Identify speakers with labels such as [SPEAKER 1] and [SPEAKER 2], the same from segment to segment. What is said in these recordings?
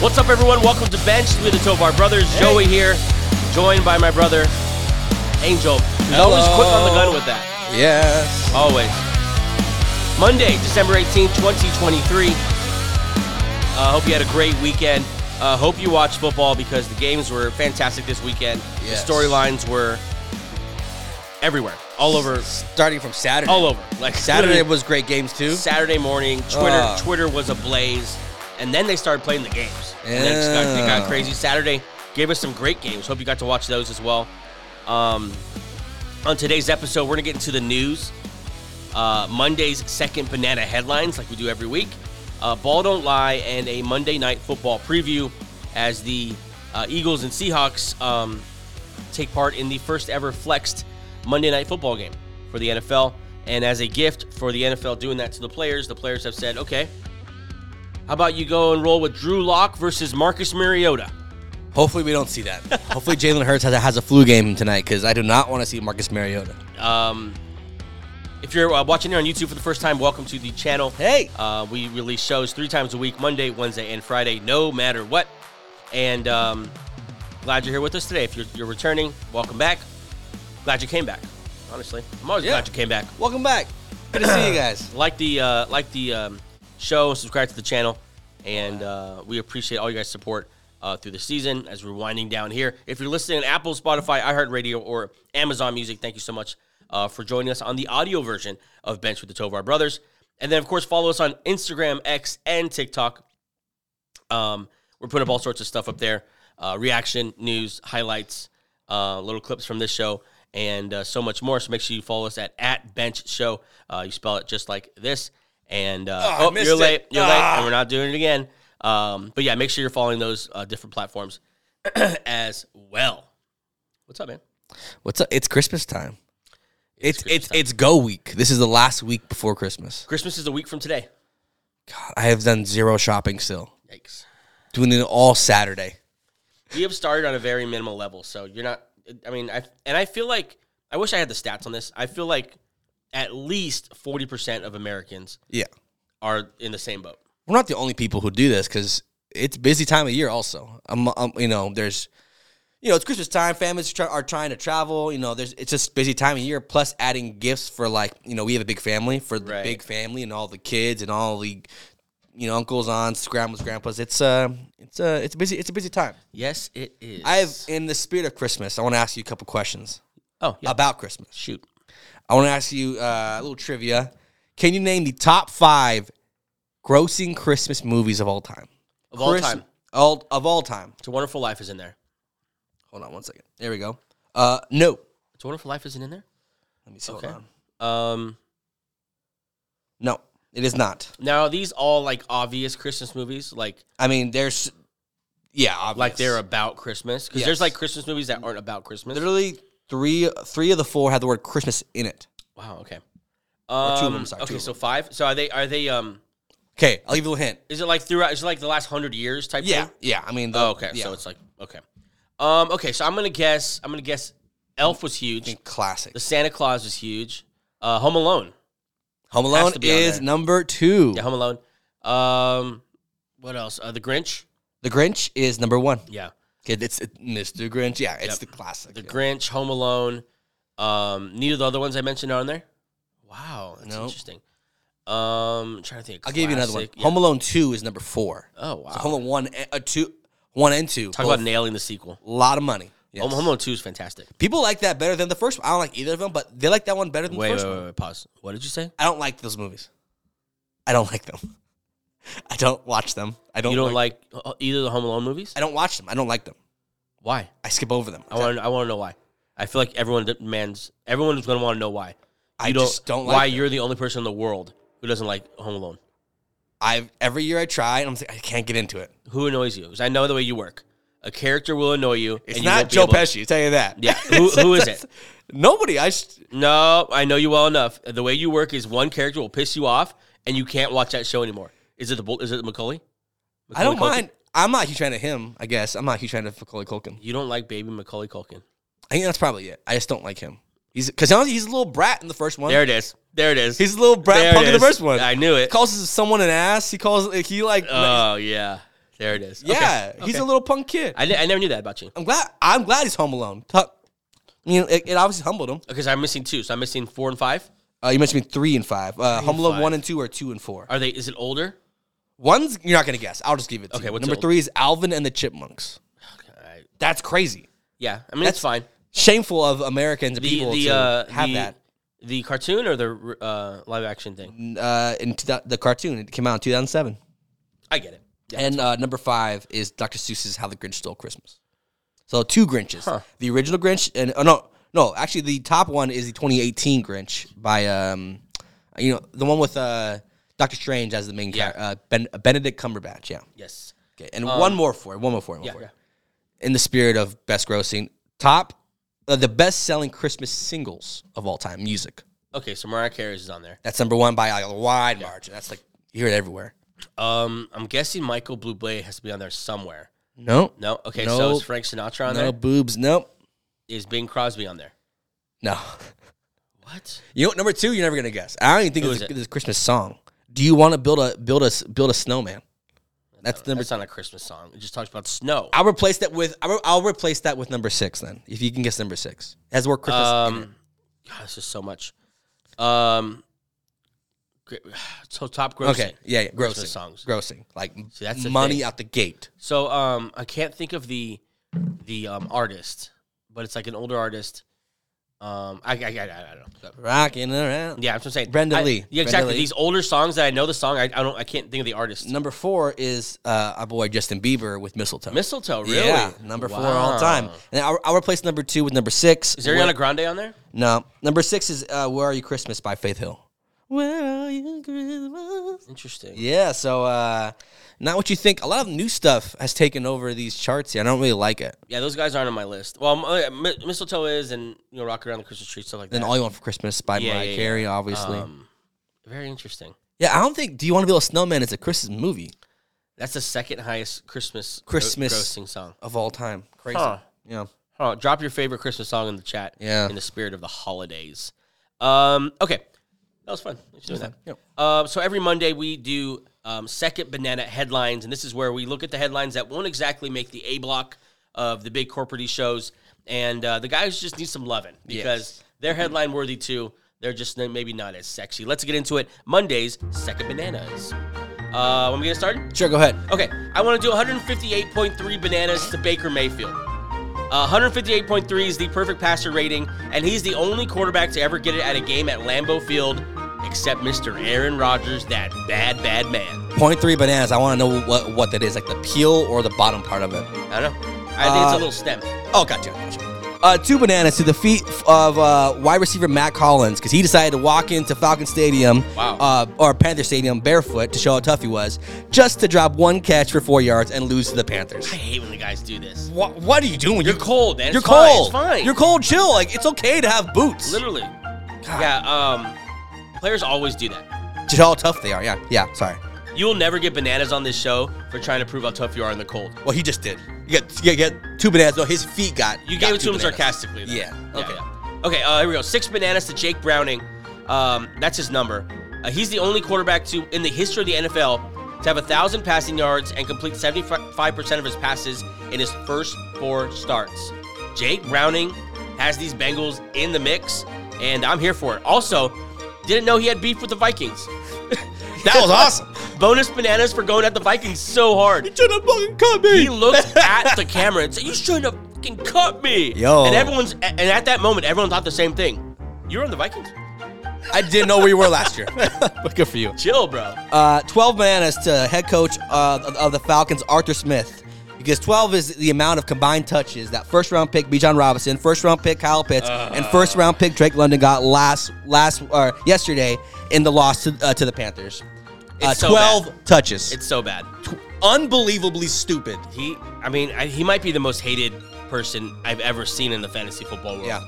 [SPEAKER 1] What's up, everyone? Welcome to Bench. We're the Tovar brothers.
[SPEAKER 2] Hey.
[SPEAKER 1] Joey here, joined by my brother, Angel. He's always
[SPEAKER 2] Hello.
[SPEAKER 1] quick on the gun with that.
[SPEAKER 2] Yes.
[SPEAKER 1] Always. Monday, December 18th, 2023. Uh, hope you had a great weekend. Uh, hope you watched football because the games were fantastic this weekend.
[SPEAKER 2] Yes.
[SPEAKER 1] The storylines were everywhere, all over,
[SPEAKER 2] Starting from Saturday.
[SPEAKER 1] all over. Like
[SPEAKER 2] Saturday
[SPEAKER 1] literally-
[SPEAKER 2] was great games too.
[SPEAKER 1] Saturday morning, Twitter
[SPEAKER 2] Ah.
[SPEAKER 1] Twitter was ablaze, and then they started playing the games. And then it just got, it got
[SPEAKER 2] Yeah.
[SPEAKER 1] crazy. Saturday gave us some great games. Hope you got to watch those as well. Um, on today's episode, we're gonna get into the news. Uh, Monday's second banana headlines, like we do every week. Uh, Ball don't lie, and a Monday night football preview as the uh, Eagles and Seahawks um, take part in the first ever flexed Monday night football game for the NFL. And as a gift for the NFL doing that to the players, the players have said, okay, how about you go and roll with Drew Lock versus Marcus Mariota?
[SPEAKER 2] Hopefully we don't see that. Hopefully Jalen Hurts has a, has a flu game tonight because I do not want to see Marcus Mariota.
[SPEAKER 1] Um, if you're uh, watching here on YouTube for the first time, welcome to the channel.
[SPEAKER 2] Hey.
[SPEAKER 1] Uh, we release shows three times a week Monday, Wednesday, and Friday, no matter what. And um, glad you're here with us today. If you're, you're returning, welcome back. Glad you came back, honestly. I'm always
[SPEAKER 2] Yeah.
[SPEAKER 1] glad you came back.
[SPEAKER 2] Welcome back. Good to see you guys.
[SPEAKER 1] like the uh, like the um, show, subscribe to the channel, and uh, we appreciate all you guys' support uh, through the season as we're winding down here. If you're listening on Apple, Spotify, iHeartRadio, or Amazon Music, thank you so much uh, for joining us on the audio version of Bench with the Tovar Brothers, and then of course follow us on Instagram, X, and TikTok. Um, we're putting up all sorts of stuff up there: uh, reaction, news, highlights, uh, little clips from this show, and uh, so much more. So make sure you follow us at at Bench Show. Uh, you spell it just like this. And uh,
[SPEAKER 2] Oh, I
[SPEAKER 1] oh,
[SPEAKER 2] missed
[SPEAKER 1] you're
[SPEAKER 2] it.
[SPEAKER 1] late, you're late,
[SPEAKER 2] Ah.
[SPEAKER 1] and we're not doing it again. Um, but yeah, make sure you're following those uh, different platforms as well. What's up, man?
[SPEAKER 2] What's up? It's Christmas time. It's
[SPEAKER 1] Christmas
[SPEAKER 2] it's it's go week. This is the last week before Christmas.
[SPEAKER 1] Christmas is a week from today.
[SPEAKER 2] God, I have done zero shopping still.
[SPEAKER 1] Yikes.
[SPEAKER 2] Doing it all Saturday.
[SPEAKER 1] we have started on a very minimal level. So you're not. I mean, I and I feel like I wish I had the stats on this. I feel like at least forty percent of Americans
[SPEAKER 2] Yeah.
[SPEAKER 1] are in the same boat.
[SPEAKER 2] we're not the only people who do this because it's busy time of year also um, um, you know there's you know it's christmas time families try, are trying to travel you know there's it's just busy time of year plus adding gifts for like you know we have a big family for the
[SPEAKER 1] Right.
[SPEAKER 2] big family and all the kids and all the you know uncles aunts grandmas grandpas it's uh it's uh it's a busy it's a busy time
[SPEAKER 1] Yes, it is.
[SPEAKER 2] i have in the spirit of christmas i want to ask you a couple questions
[SPEAKER 1] Oh, yeah.
[SPEAKER 2] about christmas
[SPEAKER 1] shoot.
[SPEAKER 2] I want to ask you uh, a little trivia. Can you name the top five grossing Christmas movies of all time?
[SPEAKER 1] Of all time.
[SPEAKER 2] All, of all time.
[SPEAKER 1] It's a Wonderful Life is in there.
[SPEAKER 2] Hold on one second. There we go. Uh, no.
[SPEAKER 1] It's a Wonderful Life isn't in there.
[SPEAKER 2] Let me see.
[SPEAKER 1] Okay.
[SPEAKER 2] Hold on.
[SPEAKER 1] Um,
[SPEAKER 2] No, it is not.
[SPEAKER 1] now are these all like obvious Christmas movies, like
[SPEAKER 2] I mean, there's, yeah, obvious.
[SPEAKER 1] like they're about Christmas because there's
[SPEAKER 2] Yes.
[SPEAKER 1] like Christmas movies that aren't about Christmas.
[SPEAKER 2] literally three three of the four had the word Christmas in it.
[SPEAKER 1] wow. Okay.
[SPEAKER 2] two of them,
[SPEAKER 1] Um,
[SPEAKER 2] sorry, two
[SPEAKER 1] okay,
[SPEAKER 2] of
[SPEAKER 1] so five. So are they? Are they? Um,
[SPEAKER 2] Okay, I'll give you a hint.
[SPEAKER 1] is it like throughout? Is it like the last hundred years type? thing?
[SPEAKER 2] Yeah, yeah. I mean, the,
[SPEAKER 1] Oh, okay.
[SPEAKER 2] yeah.
[SPEAKER 1] So it's like okay. Um, okay, so I'm gonna guess I'm gonna guess Elf was huge.
[SPEAKER 2] classic.
[SPEAKER 1] The Santa Claus was huge. Uh Home Alone.
[SPEAKER 2] Home Alone
[SPEAKER 1] to be on
[SPEAKER 2] is
[SPEAKER 1] there.
[SPEAKER 2] number two.
[SPEAKER 1] Yeah, Home Alone. Um what else? Uh, the Grinch.
[SPEAKER 2] The Grinch is number one.
[SPEAKER 1] Yeah.
[SPEAKER 2] Okay, it's it- Mr. Grinch. Yeah, it's
[SPEAKER 1] Yep.
[SPEAKER 2] the classic.
[SPEAKER 1] The
[SPEAKER 2] yeah.
[SPEAKER 1] Grinch, Home Alone. Um neither of the other ones I mentioned are on there. Wow, that's
[SPEAKER 2] Nope.
[SPEAKER 1] interesting. Um trying to think.
[SPEAKER 2] I'll give you another one.
[SPEAKER 1] classic. Yeah.
[SPEAKER 2] Home Alone Two is number four.
[SPEAKER 1] Oh wow.
[SPEAKER 2] So Home Alone One, and- uh, two, one and two.
[SPEAKER 1] Talk
[SPEAKER 2] both
[SPEAKER 1] about nailing the sequel.
[SPEAKER 2] a lot of money. Yes.
[SPEAKER 1] Home, Home Alone 2 is fantastic.
[SPEAKER 2] People like that better than the first one. I don't like either of them, but they like that one better than
[SPEAKER 1] Wait,
[SPEAKER 2] the
[SPEAKER 1] wait,
[SPEAKER 2] first
[SPEAKER 1] wait,
[SPEAKER 2] one.
[SPEAKER 1] wait, pause. What did you say?
[SPEAKER 2] I don't like those movies. I don't like them. I don't watch them. I don't.
[SPEAKER 1] You don't like uh, either of the Home Alone movies?
[SPEAKER 2] I don't watch them. I don't like them.
[SPEAKER 1] Why?
[SPEAKER 2] I skip over them.
[SPEAKER 1] I want. I want to know why. I feel like everyone demands. Everyone's going to want to know why.
[SPEAKER 2] I
[SPEAKER 1] You
[SPEAKER 2] just don't like
[SPEAKER 1] why
[SPEAKER 2] them.
[SPEAKER 1] you're the only person in the world who doesn't like Home Alone.
[SPEAKER 2] I've every year I try, and I'm just like I can't get into it.
[SPEAKER 1] Who annoys you? 'Cause I know the way you work. A character will annoy you.
[SPEAKER 2] It's
[SPEAKER 1] and you
[SPEAKER 2] not
[SPEAKER 1] won't be
[SPEAKER 2] Joe
[SPEAKER 1] able-
[SPEAKER 2] Pesci. Tell you that.
[SPEAKER 1] Yeah, who- who is it?
[SPEAKER 2] Nobody. I. s-
[SPEAKER 1] No, I know you well enough. The way you work is one character will piss you off, and you can't watch that show anymore. Is it the Bull- is it Macaulay?
[SPEAKER 2] I don't
[SPEAKER 1] Macaulay Culkin?
[SPEAKER 2] mind. I'm not a huge fan of him. I guess I'm not a huge fan of Macaulay Culkin.
[SPEAKER 1] You don't like baby Macaulay Culkin.
[SPEAKER 2] I think that's probably it. I just don't like him. He's because he's a little brat in the first one.
[SPEAKER 1] There it is. There it is.
[SPEAKER 2] he's a little brat
[SPEAKER 1] There
[SPEAKER 2] punk
[SPEAKER 1] it
[SPEAKER 2] in the
[SPEAKER 1] is.
[SPEAKER 2] first one.
[SPEAKER 1] I knew
[SPEAKER 2] He
[SPEAKER 1] it.
[SPEAKER 2] calls someone an ass. He calls he like
[SPEAKER 1] Oh yeah. There it is. Okay.
[SPEAKER 2] Yeah, he's
[SPEAKER 1] Okay.
[SPEAKER 2] a little punk kid. I,
[SPEAKER 1] I, ne- I never knew that about you.
[SPEAKER 2] am glad. I'm glad he's home alone. Tuck. You know, it, it obviously humbled him.
[SPEAKER 1] Because I'm missing two, so I'm missing four and five.
[SPEAKER 2] Uh, you mentioned three and five. Uh, home alone
[SPEAKER 1] five.
[SPEAKER 2] one and two are two and four.
[SPEAKER 1] Are they? Is it older?
[SPEAKER 2] One's you're not gonna guess. I'll just give it. To
[SPEAKER 1] Okay,
[SPEAKER 2] you.
[SPEAKER 1] what's
[SPEAKER 2] number
[SPEAKER 1] it-
[SPEAKER 2] three is Alvin and the Chipmunks.
[SPEAKER 1] I-
[SPEAKER 2] That's crazy.
[SPEAKER 1] Yeah, I mean that's fine.
[SPEAKER 2] Shameful of Americans and
[SPEAKER 1] The
[SPEAKER 2] people
[SPEAKER 1] the
[SPEAKER 2] to
[SPEAKER 1] uh,
[SPEAKER 2] have
[SPEAKER 1] the,
[SPEAKER 2] that.
[SPEAKER 1] the cartoon or the uh, live action thing.
[SPEAKER 2] Uh, in t- the cartoon, it came out in 2007.
[SPEAKER 1] I get it. Yeah.
[SPEAKER 2] And uh, number five is Dr. Seuss's How the Grinch Stole Christmas. So two Grinches,
[SPEAKER 1] Huh.
[SPEAKER 2] the original Grinch, and oh no, no, actually the top one is the 2018 Grinch by um, you know the one with uh Doctor Strange as the main
[SPEAKER 1] Yeah.
[SPEAKER 2] character, uh, ben- Benedict Cumberbatch, yeah.
[SPEAKER 1] Yes.
[SPEAKER 2] Okay, and one more for it, one more for it, one
[SPEAKER 1] Yeah.
[SPEAKER 2] for it.
[SPEAKER 1] yeah.
[SPEAKER 2] In the spirit of best grossing, top uh, the best selling Christmas singles of all time, music.
[SPEAKER 1] Okay, so Mariah Carey is on there.
[SPEAKER 2] That's number one by like, a wide margin. That's like you hear it everywhere.
[SPEAKER 1] Um, I'm guessing Michael Blue Blade has to be on there somewhere.
[SPEAKER 2] No,
[SPEAKER 1] No. Okay, so
[SPEAKER 2] Nope.
[SPEAKER 1] is Frank Sinatra on
[SPEAKER 2] no
[SPEAKER 1] there?
[SPEAKER 2] boobs, nope,
[SPEAKER 1] Is Bing Crosby on there?
[SPEAKER 2] no.
[SPEAKER 1] What?
[SPEAKER 2] You know, number two, you're never gonna guess. I don't even think
[SPEAKER 1] Who
[SPEAKER 2] it's a,
[SPEAKER 1] is it?
[SPEAKER 2] it's a Christmas song. Do you want to build a build a build a snowman? That's number.
[SPEAKER 1] That's not a Christmas song. It just talks about snow.
[SPEAKER 2] I'll replace that with I'll, I'll replace that with number six then. If you can guess number six, it has the word Christmas. in it.
[SPEAKER 1] Um, God, this is so much. Um, gr- so top grossing.
[SPEAKER 2] Okay, yeah, yeah, grossing
[SPEAKER 1] Christmas songs.
[SPEAKER 2] grossing like
[SPEAKER 1] See, that's the
[SPEAKER 2] money
[SPEAKER 1] thing.
[SPEAKER 2] out the gate.
[SPEAKER 1] So um, I can't think of the the um artist, but it's like an older artist. Um, I I, I, I don't know.
[SPEAKER 2] Rocking around.
[SPEAKER 1] Yeah, that's what I'm saying.
[SPEAKER 2] Brenda
[SPEAKER 1] I-
[SPEAKER 2] Lee. Brenda
[SPEAKER 1] Yeah, exactly.
[SPEAKER 2] Lee.
[SPEAKER 1] These older songs that I know the song, I, I don't, I can't think of the artist.
[SPEAKER 2] Number four is uh, our boy Justin Bieber with mistletoe.
[SPEAKER 1] Mistletoe, really?
[SPEAKER 2] Yeah, number four all
[SPEAKER 1] Wow.
[SPEAKER 2] time. And I'll, I'll replace number two with number six.
[SPEAKER 1] Is Ariana Grande on there?
[SPEAKER 2] No, number six is uh, "Where Are You Christmas" by Faith Hill. Where are you Christmas?
[SPEAKER 1] Interesting.
[SPEAKER 2] Yeah, so uh not what you think. A lot of new stuff has taken over these charts here. I don't really like it.
[SPEAKER 1] Yeah, those guys aren't on my list. Well, m- uh, mi- mistletoe is, and you know, rock around the Christmas tree, stuff like
[SPEAKER 2] Then
[SPEAKER 1] that.
[SPEAKER 2] All You Want for Christmas by
[SPEAKER 1] Yeah,
[SPEAKER 2] Mariah
[SPEAKER 1] yeah,
[SPEAKER 2] Carey, obviously.
[SPEAKER 1] Um, very interesting.
[SPEAKER 2] yeah, I don't think Do You Want to Be a Snowman is a Christmas movie
[SPEAKER 1] That's the second highest Christmas gro-
[SPEAKER 2] Christmas.
[SPEAKER 1] grossing song.
[SPEAKER 2] of all time. Crazy.
[SPEAKER 1] Huh.
[SPEAKER 2] Yeah.
[SPEAKER 1] Huh, drop your favorite Christmas song in the chat.
[SPEAKER 2] Yeah.
[SPEAKER 1] In the spirit of the holidays. Um, okay. That was fun. Thanks for doing that.
[SPEAKER 2] Yep.
[SPEAKER 1] Uh, so every Monday we do um, second banana headlines, and this is where we look at the headlines that won't exactly make the A block of the big corporate shows, and uh, the guys just need some loving because they're headline worthy too. They're just n- maybe not as sexy. Let's get into it. Mondays, second bananas. Uh, want me to get started?
[SPEAKER 2] Sure, go ahead.
[SPEAKER 1] Okay, I want to do 158.3 bananas to Baker Mayfield. Uh, 158.3 is the perfect passer rating, and he's the only quarterback to ever get it at a game at Lambeau Field, except Mr. Aaron Rodgers, that bad, bad man.
[SPEAKER 2] Point three bananas. I want to know what what that is, like the peel or the bottom part of it.
[SPEAKER 1] I don't know. I think it's a
[SPEAKER 2] Uh,
[SPEAKER 1] little stem.
[SPEAKER 2] Oh, gotcha. gotcha. Uh, two bananas to the feet of uh, wide receiver Matt Collins because he decided to walk into Falcon Stadium
[SPEAKER 1] Wow.
[SPEAKER 2] uh, or Panther Stadium barefoot to show how tough he was, just to drop one catch for four yards and lose to the Panthers.
[SPEAKER 1] I hate when the guys do this.
[SPEAKER 2] What, what are you doing?
[SPEAKER 1] You're cold, man.
[SPEAKER 2] You're
[SPEAKER 1] It's fine.
[SPEAKER 2] cold.
[SPEAKER 1] It's fine.
[SPEAKER 2] You're cold. Chill. Like it's okay to have boots.
[SPEAKER 1] Literally. Yeah, um, players always do that.
[SPEAKER 2] Just how tough they are. Yeah. Yeah. Sorry.
[SPEAKER 1] You will never get bananas on this show for trying to prove how tough you are in the cold.
[SPEAKER 2] Well, he just did. You got you got two bananas. No, his feet got.
[SPEAKER 1] You
[SPEAKER 2] got
[SPEAKER 1] gave it
[SPEAKER 2] two
[SPEAKER 1] to him
[SPEAKER 2] bananas.
[SPEAKER 1] sarcastically. though.
[SPEAKER 2] Yeah.
[SPEAKER 1] Okay.
[SPEAKER 2] Okay.
[SPEAKER 1] Okay. Uh, here we go. Six bananas to Jake Browning. Um, that's his number. Uh, he's the only quarterback to in the history of the NFL to have a thousand passing yards and complete seventy-five percent of his passes in his first four starts. Jake Browning has these Bengals in the mix, and I'm here for it. Also, didn't know he had beef with the Vikings.
[SPEAKER 2] That was awesome.
[SPEAKER 1] Bonus bananas for going at the Vikings so hard.
[SPEAKER 2] Should have fucking cut me.
[SPEAKER 1] He looked at the camera and said, "You shouldn't have fucking cut me."
[SPEAKER 2] Yo.
[SPEAKER 1] and everyone's and at that moment, everyone thought the same thing. You're on the Vikings.
[SPEAKER 2] I didn't know where you were last year. but good for you.
[SPEAKER 1] Chill, bro.
[SPEAKER 2] Uh, 12 bananas to head coach uh, of- of the Falcons, Arthur Smith. Because 12 is the amount of combined touches that first round pick Bijan Robinson, first round pick Kyle Pitts, and
[SPEAKER 1] Uh.
[SPEAKER 2] first round pick Drake London got last last or yesterday in the loss to, uh, to the Panthers. Uh,
[SPEAKER 1] It's so
[SPEAKER 2] 12
[SPEAKER 1] bad.
[SPEAKER 2] touches.
[SPEAKER 1] It's so bad.
[SPEAKER 2] unbelievably stupid.
[SPEAKER 1] He, I mean, I, he might be the most hated person I've ever seen in the fantasy football world.
[SPEAKER 2] Yeah.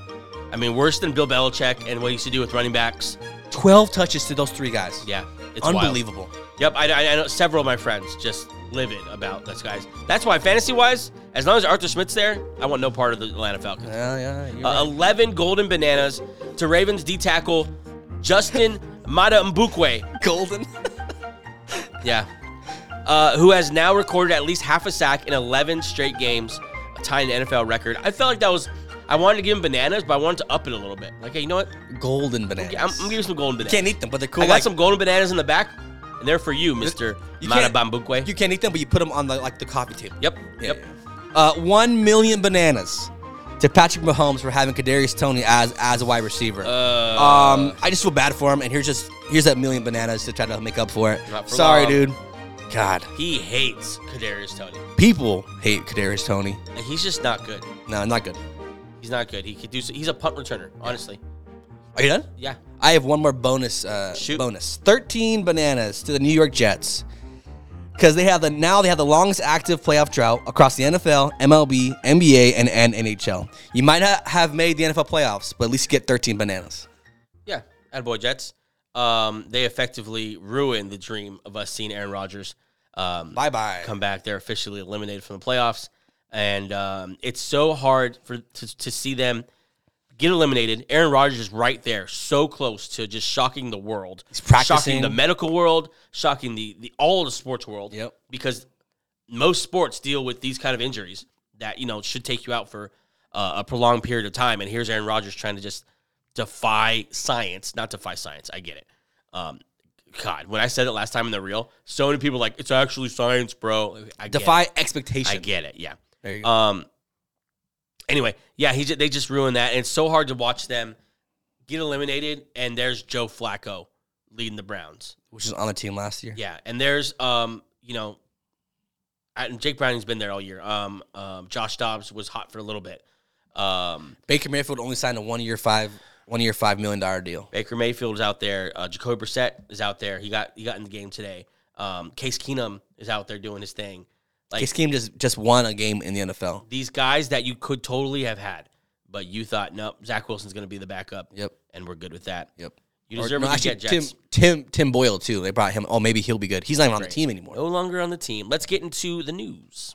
[SPEAKER 1] I mean, worse than Bill Belichick and what he used to do with running backs.
[SPEAKER 2] 12 touches to those three guys.
[SPEAKER 1] Yeah, it's wild. Uh,
[SPEAKER 2] unbelievable.
[SPEAKER 1] Yep, I, I- I know several of my friends just livid about this guys. That's why fantasy wise, as long as Arthur Smith's there, I want no part of the Atlanta Falcons.
[SPEAKER 2] Yeah, yeah. you're
[SPEAKER 1] Uh,
[SPEAKER 2] right.
[SPEAKER 1] 11 golden bananas to Ravens D tackle Justin Mata Mbukwe.
[SPEAKER 2] golden.
[SPEAKER 1] Yeah. uh, who has now recorded at least half a sack in 11 straight games, tying an NFL record. I felt like that was. I wanted to give him bananas, but I wanted to up it a little bit. Like, hey, you know what?
[SPEAKER 2] Golden bananas.
[SPEAKER 1] I'm, I'm gonna give you some golden bananas.
[SPEAKER 2] can't eat them, but they're cool.
[SPEAKER 1] I got
[SPEAKER 2] like-
[SPEAKER 1] some golden bananas in the back, and they're for you, Mister
[SPEAKER 2] you can't-
[SPEAKER 1] Marabambukwe.
[SPEAKER 2] You can't eat them, but you put them on the like the coffee table.
[SPEAKER 1] Yep,
[SPEAKER 2] Yeah,
[SPEAKER 1] yep.
[SPEAKER 2] yeah. Uh, one million bananas to Patrick Mahomes for having Kadarius Tony as as a wide receiver.
[SPEAKER 1] Uh,
[SPEAKER 2] um, I just feel bad for him, and here's just here's that million bananas to try to make up for it.
[SPEAKER 1] Not for
[SPEAKER 2] Sorry,
[SPEAKER 1] long.
[SPEAKER 2] dude. God,
[SPEAKER 1] He hates Kadarius Tony,
[SPEAKER 2] people hate Kadarius Tony.
[SPEAKER 1] and he's just not good.
[SPEAKER 2] No, not good.
[SPEAKER 1] He's not good. He could do. He's a punt returner, honestly.
[SPEAKER 2] Are you done?
[SPEAKER 1] Yeah.
[SPEAKER 2] I have one more bonus. Uh,
[SPEAKER 1] Shoot.
[SPEAKER 2] Bonus. Thirteen bananas to the New York Jets because they have the now they have the longest active playoff drought across the NFL, MLB, NBA, and, and NHL. You might not have made the NFL playoffs, but at least get thirteen bananas.
[SPEAKER 1] Yeah, Attaboy Jets. Um, they effectively ruined the dream of us seeing Aaron Rodgers um,
[SPEAKER 2] Bye bye.
[SPEAKER 1] come back. They're officially eliminated from the playoffs, and um, it's so hard for to, to see them get eliminated. Aaron Rodgers is right there, so close to just shocking the world. He's
[SPEAKER 2] practicing.
[SPEAKER 1] shocking the medical world, shocking the the all of the sports world.
[SPEAKER 2] Yep.
[SPEAKER 1] because most sports deal with these kind of injuries that you know should take you out for uh, a prolonged period of time. And here's Aaron Rodgers trying to just defy science, not defy science. I get it. Um, God, when I said it last time in the reel, so many people were like it's actually science, bro. I get
[SPEAKER 2] Defy
[SPEAKER 1] It. I
[SPEAKER 2] expectation.
[SPEAKER 1] get it. Yeah.
[SPEAKER 2] There you go.
[SPEAKER 1] Um. Anyway, yeah, he ju- they just ruined that, and it's so hard to watch them get eliminated. And there's Joe Flacco leading the Browns.
[SPEAKER 2] Which was on the team last year.
[SPEAKER 1] Yeah, and there's um, you know, I, Jake Browning's been there all year. Um, um, Josh Dobbs was hot for a little bit. Um,
[SPEAKER 2] Baker Mayfield only signed a one year five one year five million dollar deal.
[SPEAKER 1] Baker Mayfield is out there. Uh, Jacoby Brissett is out there. He got he got in the game today. Um, Case Keenum is out there doing his thing. Like
[SPEAKER 2] His team just just won a game in the NFL.
[SPEAKER 1] these guys that you could totally have had, but you thought nope, Zach Wilson's going to be the backup.
[SPEAKER 2] Yep.
[SPEAKER 1] and we're good with that.
[SPEAKER 2] Yep.
[SPEAKER 1] You deserve what you get,
[SPEAKER 2] Tim,
[SPEAKER 1] Jets.
[SPEAKER 2] Tim Tim Boyle too. They brought him. Oh, maybe he'll be good. He's not even on the
[SPEAKER 1] Great.
[SPEAKER 2] team anymore.
[SPEAKER 1] No longer on the team. Let's get into the news.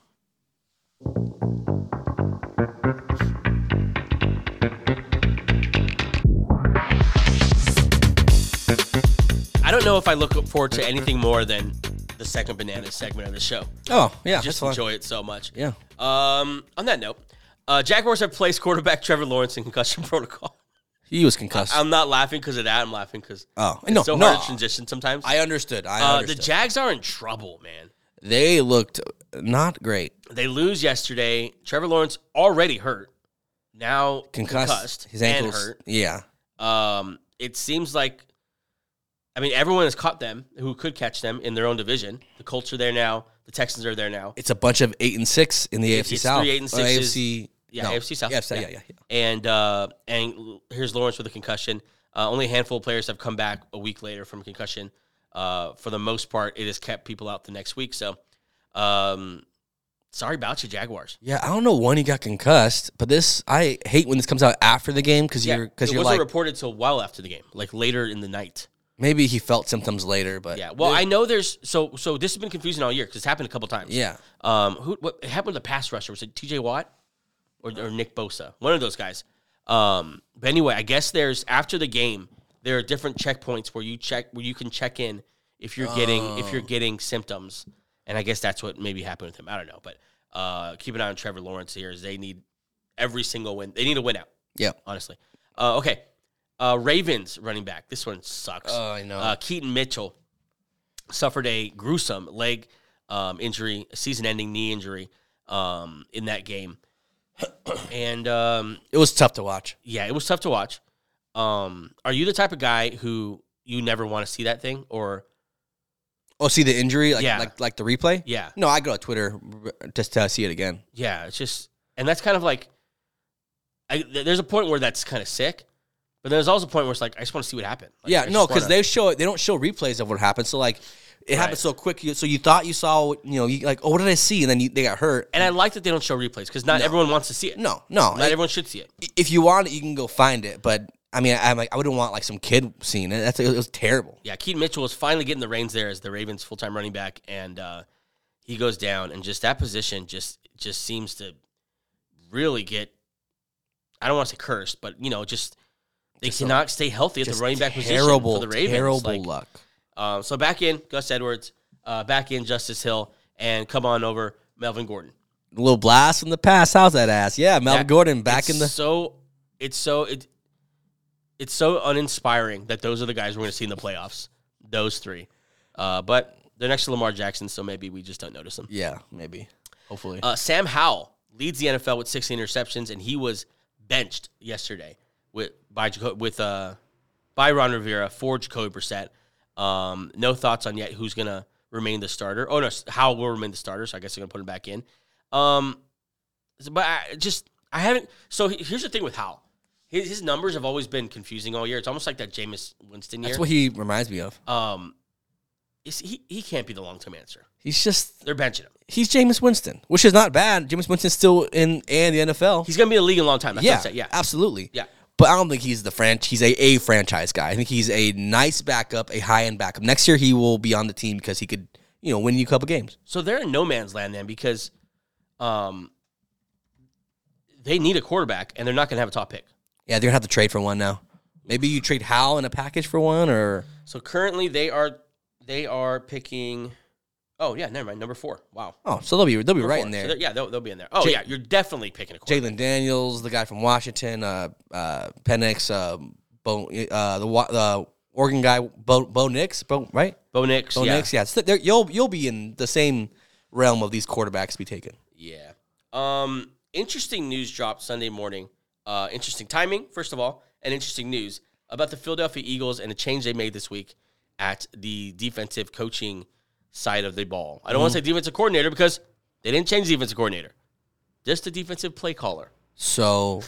[SPEAKER 1] I don't know if I look forward to anything more than the second banana segment of the show.
[SPEAKER 2] Oh yeah, that's
[SPEAKER 1] Just
[SPEAKER 2] fine.
[SPEAKER 1] enjoy it so much.
[SPEAKER 2] Yeah.
[SPEAKER 1] Um, on that note, uh, Jaguars have placed quarterback Trevor Lawrence in concussion protocol.
[SPEAKER 2] He was concussed.
[SPEAKER 1] I'm not laughing because of that. I'm laughing because
[SPEAKER 2] Oh,
[SPEAKER 1] it's
[SPEAKER 2] no,
[SPEAKER 1] so
[SPEAKER 2] no.
[SPEAKER 1] hard to transition sometimes.
[SPEAKER 2] I understood. I
[SPEAKER 1] uh, the
[SPEAKER 2] understood.
[SPEAKER 1] Jags are in trouble, man.
[SPEAKER 2] they looked not great.
[SPEAKER 1] they lose yesterday. Trevor Lawrence already hurt. Now
[SPEAKER 2] Concussed.
[SPEAKER 1] concussed,
[SPEAKER 2] His ankles.
[SPEAKER 1] and
[SPEAKER 2] Yeah.
[SPEAKER 1] hurt. Um, it seems like, I mean, everyone has caught them who could catch them in their own division. The Colts are there now. The Texans are there now.
[SPEAKER 2] It's a bunch of eight and six in the AFC
[SPEAKER 1] it's
[SPEAKER 2] South. Uh,
[SPEAKER 1] three eight and
[SPEAKER 2] Or
[SPEAKER 1] sixes.
[SPEAKER 2] AFC.
[SPEAKER 1] Yeah,
[SPEAKER 2] no,
[SPEAKER 1] AFC South.
[SPEAKER 2] Yeah, yeah, yeah. yeah.
[SPEAKER 1] And uh, and l- here's Lawrence with a concussion. Uh, only a handful of players have come back a week later from concussion. Uh, for the most part, it has kept people out the next week. So, um, sorry about you, Jaguars.
[SPEAKER 2] Yeah, I don't know when he got concussed, but this I hate when this comes out after the game because
[SPEAKER 1] Yeah,
[SPEAKER 2] you're
[SPEAKER 1] it
[SPEAKER 2] because
[SPEAKER 1] wasn't
[SPEAKER 2] you're like
[SPEAKER 1] reported till well after the game, like later in the night.
[SPEAKER 2] maybe he felt symptoms later, but
[SPEAKER 1] Yeah. Well, I know there's so so this has been confusing all year because it's happened a couple times.
[SPEAKER 2] yeah,
[SPEAKER 1] Um. Who? What it happened to the pass rusher? Was it T.J. Watt or, or Nick Bosa? One of those guys. Um. But anyway, I guess there's after the game there are different checkpoints where you check where you can check in if you're getting if you're
[SPEAKER 2] Oh.
[SPEAKER 1] getting symptoms, and I guess that's what maybe happened with him. I don't know, but uh, keep an eye on Trevor Lawrence here. As they need every single win. They need a win out.
[SPEAKER 2] yeah.
[SPEAKER 1] Honestly. Uh, okay. Uh, Ravens running back. This one sucks.
[SPEAKER 2] Oh, I know.
[SPEAKER 1] Uh, Keaton Mitchell suffered a gruesome leg um, injury, a season-ending knee injury um, in that game, and um,
[SPEAKER 2] it was tough to watch.
[SPEAKER 1] yeah, it was tough to watch. Um, are you the type of guy who you never want to see that thing, or
[SPEAKER 2] Oh, see the injury, like
[SPEAKER 1] Yeah.
[SPEAKER 2] like like the replay.
[SPEAKER 1] yeah,
[SPEAKER 2] No, I go to Twitter just to see it again.
[SPEAKER 1] yeah? It's just, and that's kind of like, I, th- there's a point where that's kind of sick, but there's also a point where it's like I just want to see what happened. Like, I
[SPEAKER 2] yeah,
[SPEAKER 1] just
[SPEAKER 2] no, because
[SPEAKER 1] wanna-
[SPEAKER 2] they show it. They don't show replays of what happened. So like, it happened
[SPEAKER 1] Right.
[SPEAKER 2] so quick. You, so you thought you saw, you know, you, like, oh, what did I see? And then you, they got hurt.
[SPEAKER 1] and I like that they don't show replays because not everyone wants to see it.
[SPEAKER 2] No, no.
[SPEAKER 1] not everyone should see it.
[SPEAKER 2] if you want it, you can go find it. But I mean, I, I'm like, I wouldn't want like some kid seeing it. That's it was terrible.
[SPEAKER 1] Yeah, Keaton Mitchell is finally getting the reins there as the Ravens' full-time running back, and uh, he goes down, and just that position just just seems to really get. I don't want to say cursed, but you know, just they cannot stay healthy at the running back position
[SPEAKER 2] terrible,
[SPEAKER 1] for the Ravens.
[SPEAKER 2] terrible
[SPEAKER 1] Like,
[SPEAKER 2] luck.
[SPEAKER 1] um, so back in Gus Edwards, uh, back in Justice Hill, and come on over Melvin Gordon.
[SPEAKER 2] A little blast from the past. How's that ass? Yeah, Melvin
[SPEAKER 1] That-
[SPEAKER 2] Gordon back
[SPEAKER 1] it's
[SPEAKER 2] in the.
[SPEAKER 1] so it's so it it's so uninspiring that those are the guys we're going to see in the playoffs. Those three, uh, but they're next to Lamar Jackson, so maybe we just don't notice them.
[SPEAKER 2] Yeah, maybe. Hopefully.
[SPEAKER 1] Uh, Sam Howell leads the NFL with 16 interceptions, and he was benched yesterday with by Jaco- with uh, by Ron Rivera for Jacoby Brissett. Um, no thoughts on yet who's gonna remain the starter. Oh no, Howell will remain the starter, so I guess they're gonna put him back in. Um, so- but I just I haven't. So he- here's the thing with Howell. His, his numbers have always been confusing all year. It's almost like that Jameis Winston year.
[SPEAKER 2] That's what he reminds me of.
[SPEAKER 1] um, is he he can't be the long term answer.
[SPEAKER 2] He's just
[SPEAKER 1] They're benching him.
[SPEAKER 2] he's Jameis Winston, which is not bad. Jameis Winston's still in and the NFL.
[SPEAKER 1] He's gonna be in the league in a long time. That's what I'm
[SPEAKER 2] yeah,
[SPEAKER 1] saying.
[SPEAKER 2] yeah,
[SPEAKER 1] yeah.
[SPEAKER 2] absolutely.
[SPEAKER 1] Yeah.
[SPEAKER 2] But I don't think he's the franchise. He's a, a franchise guy. I think he's a nice backup, a high end backup. Next year he will be on the team because he could, you know, win you a couple games.
[SPEAKER 1] So they're in no man's land then because um, they need a quarterback and they're not going to have a top pick.
[SPEAKER 2] Yeah, they're gonna have to trade for one now. Maybe you trade Hal in a package for one, or
[SPEAKER 1] So currently they are they are picking. Oh yeah, never mind. Number four. Wow,
[SPEAKER 2] oh, so they'll be they'll be right
[SPEAKER 1] Four.
[SPEAKER 2] in
[SPEAKER 1] So
[SPEAKER 2] there.
[SPEAKER 1] they're- yeah, they'll, they'll be in there. Oh yeah, you're definitely picking a quarterback.
[SPEAKER 2] Jalen Daniels, the guy from Washington, uh, uh, Penix, uh, Bo, uh, the Wa- the Oregon guy, Bo, Bo Nix, Bo, right?
[SPEAKER 1] Bo Nix.
[SPEAKER 2] Bo
[SPEAKER 1] yeah.
[SPEAKER 2] Nix, yeah. So they're- you'll you'll be in the same realm of these quarterbacks to be taken.
[SPEAKER 1] Yeah. Um, interesting news dropped Sunday morning. Uh, interesting timing, first of all, and interesting news about the Philadelphia Eagles and a change they made this week at the defensive coaching side of the ball. I don't
[SPEAKER 2] Mm-hmm.
[SPEAKER 1] want to say defensive coordinator because they didn't change defensive coordinator, just the defensive play caller.
[SPEAKER 2] So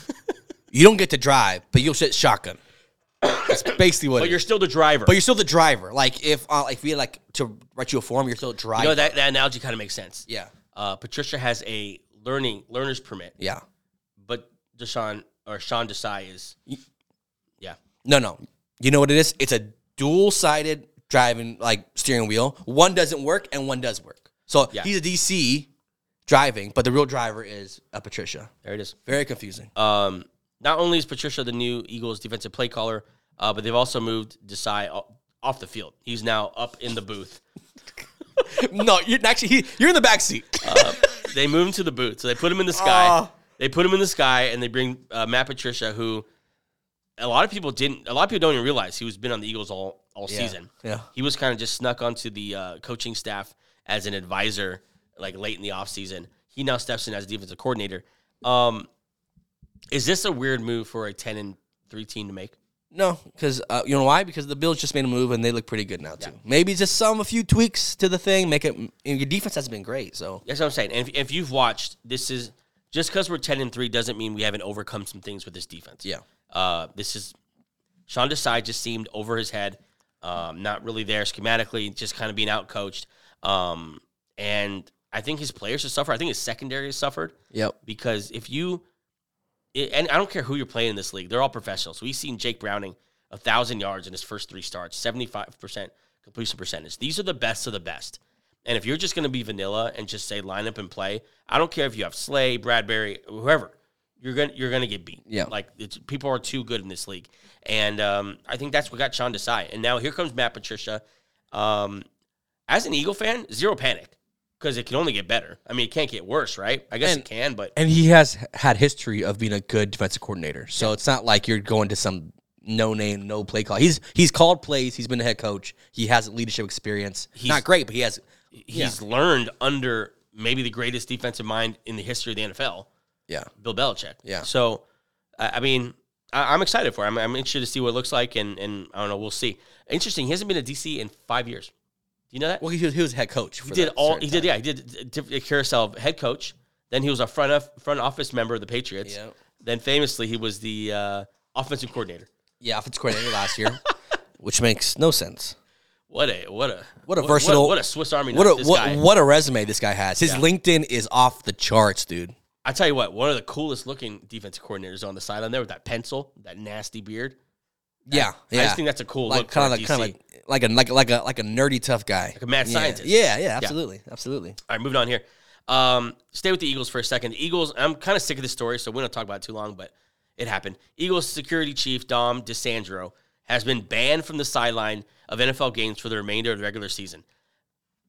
[SPEAKER 2] you don't get to drive, but you'll sit shotgun. That's basically what.
[SPEAKER 1] But you're still the driver.
[SPEAKER 2] but you're still the driver. Like if uh, like if we had like to write you a form, you're still a driver.
[SPEAKER 1] you know that, that analogy kind of makes sense.
[SPEAKER 2] yeah,
[SPEAKER 1] Uh, Patricia has a learning learner's permit,
[SPEAKER 2] yeah.
[SPEAKER 1] but Deshaun or Sean Desai is yeah.
[SPEAKER 2] No, no. You know what it is? It's a dual sided driving like steering wheel. One doesn't work and one does work. So
[SPEAKER 1] Yeah.
[SPEAKER 2] he's a DC driving, but the real driver is a Patricia.
[SPEAKER 1] There it is.
[SPEAKER 2] Very confusing.
[SPEAKER 1] Um, not only is Patricia the new Eagles defensive play caller, uh, but they've also moved Desai o- off the field. He's now up in the booth.
[SPEAKER 2] no, you're actually he, you're in the back seat.
[SPEAKER 1] They moved him to the booth, so they put him in the sky.
[SPEAKER 2] Oh.
[SPEAKER 1] They put him in the sky, and they bring uh, Matt Patricia, who a lot of people didn't. A lot of people don't even realize he was been on the Eagles all all season.
[SPEAKER 2] Yeah.
[SPEAKER 1] he was kind of just snuck onto the uh, coaching staff as an advisor, like late in the offseason. He now steps in as defensive coordinator. Um, is this a weird move for a ten and three team to make?
[SPEAKER 2] no, because uh, you know why? Because the Bills just made a move and they look pretty good now too. Maybe just some a few tweaks to the thing. Make it. And your defense has been great, so
[SPEAKER 1] That's what I'm saying. And if, if you've watched, this is just because we're ten and three doesn't mean we haven't overcome some things with this defense.
[SPEAKER 2] Yeah.
[SPEAKER 1] Uh, this is Sean Desai just seemed over his head, um, not really there schematically, just kind of being outcoached. Um, and I think his players have suffered. I think his secondary has suffered
[SPEAKER 2] yep.
[SPEAKER 1] because if you it, and I don't care who you're playing in this league, they're all professionals. We've seen Jake Browning a thousand yards in his first three starts, seventy five percent completion percentage. These are the best of the best. And if you're just going to be vanilla and just say line up and play, I don't care if you have Slay, Bradbury, whoever, you're gonna you're gonna get beat.
[SPEAKER 2] Yeah.
[SPEAKER 1] like it's, people are too good in this league, and um, I think that's what got Sean Desai. And now here comes Matt Patricia. Um, as an Eagle fan, zero panic because it can only get better. I mean, it can't get worse, right? I guess
[SPEAKER 2] And-
[SPEAKER 1] it can, but
[SPEAKER 2] and he has had history of being a good defensive coordinator. So it's not like you're going to some no name, no play call. He's he's called plays. He's been a head coach. He has leadership experience. He's not great, but he has.
[SPEAKER 1] he's learned under maybe the greatest defensive mind in the history of the NFL,
[SPEAKER 2] Yeah,
[SPEAKER 1] Bill Belichick.
[SPEAKER 2] Yeah.
[SPEAKER 1] So, I, I mean, I, I'm excited for him. I'm, I'm interested to see what it looks like, and and I don't know, we'll see. Interesting, he hasn't been a DC in five years. Do you know that?
[SPEAKER 2] well, he was, he was head coach. For
[SPEAKER 1] he did
[SPEAKER 2] that
[SPEAKER 1] all.
[SPEAKER 2] certain
[SPEAKER 1] He did.
[SPEAKER 2] time.
[SPEAKER 1] Yeah, he did d- d- carousel of head coach. Then he was a front of, front office member of the Patriots.
[SPEAKER 2] Yep.
[SPEAKER 1] Then famously, he was the uh, offensive coordinator.
[SPEAKER 2] yeah, offensive coordinator last year, which makes no sense.
[SPEAKER 1] What a what a
[SPEAKER 2] What a versatile-
[SPEAKER 1] what, a Swiss Army knife
[SPEAKER 2] What a
[SPEAKER 1] this
[SPEAKER 2] what,
[SPEAKER 1] guy.
[SPEAKER 2] what a resume this guy has. His LinkedIn is off the charts, dude.
[SPEAKER 1] I tell you what, one of the coolest looking defensive coordinators on the sideline there with that pencil, that nasty beard.
[SPEAKER 2] Yeah, yeah.
[SPEAKER 1] I just think that's a cool
[SPEAKER 2] like
[SPEAKER 1] look. Kind
[SPEAKER 2] of like kind of like like a like a, like a like a nerdy tough guy, like
[SPEAKER 1] a mad
[SPEAKER 2] yeah.
[SPEAKER 1] scientist.
[SPEAKER 2] Yeah, yeah, absolutely, absolutely.
[SPEAKER 1] All right, moving on here. Um, stay with the Eagles for a second. The Eagles, I'm kind of sick of this story, so we don't talk about it too long, but it happened. Eagles security chief Dom DeSandro has been banned from the sideline of NFL games for the remainder of the regular season.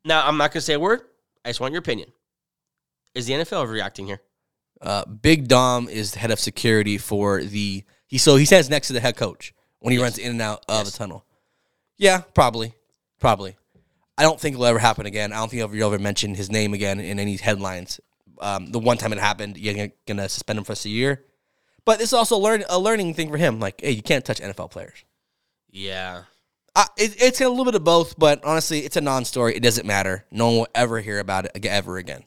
[SPEAKER 1] Now I'm not gonna say a word. I just want your opinion. Is the NFL overreacting here?
[SPEAKER 2] Uh, Big Dom is the head of security for the he. So he stands next to the head coach when he runs in and out of the tunnel. Yeah, probably, probably. I don't think it'll ever happen again. I don't think you'll ever mention his name again in any headlines. Um, the one time it happened, you're gonna- gonna suspend him for a year. But this is also learn a learning thing for him. Like, hey, you can't touch NFL players.
[SPEAKER 1] Yeah.
[SPEAKER 2] Uh, it, it's a little bit of both, but honestly, it's a non-story. It doesn't matter. No one will ever hear about it ag- ever again.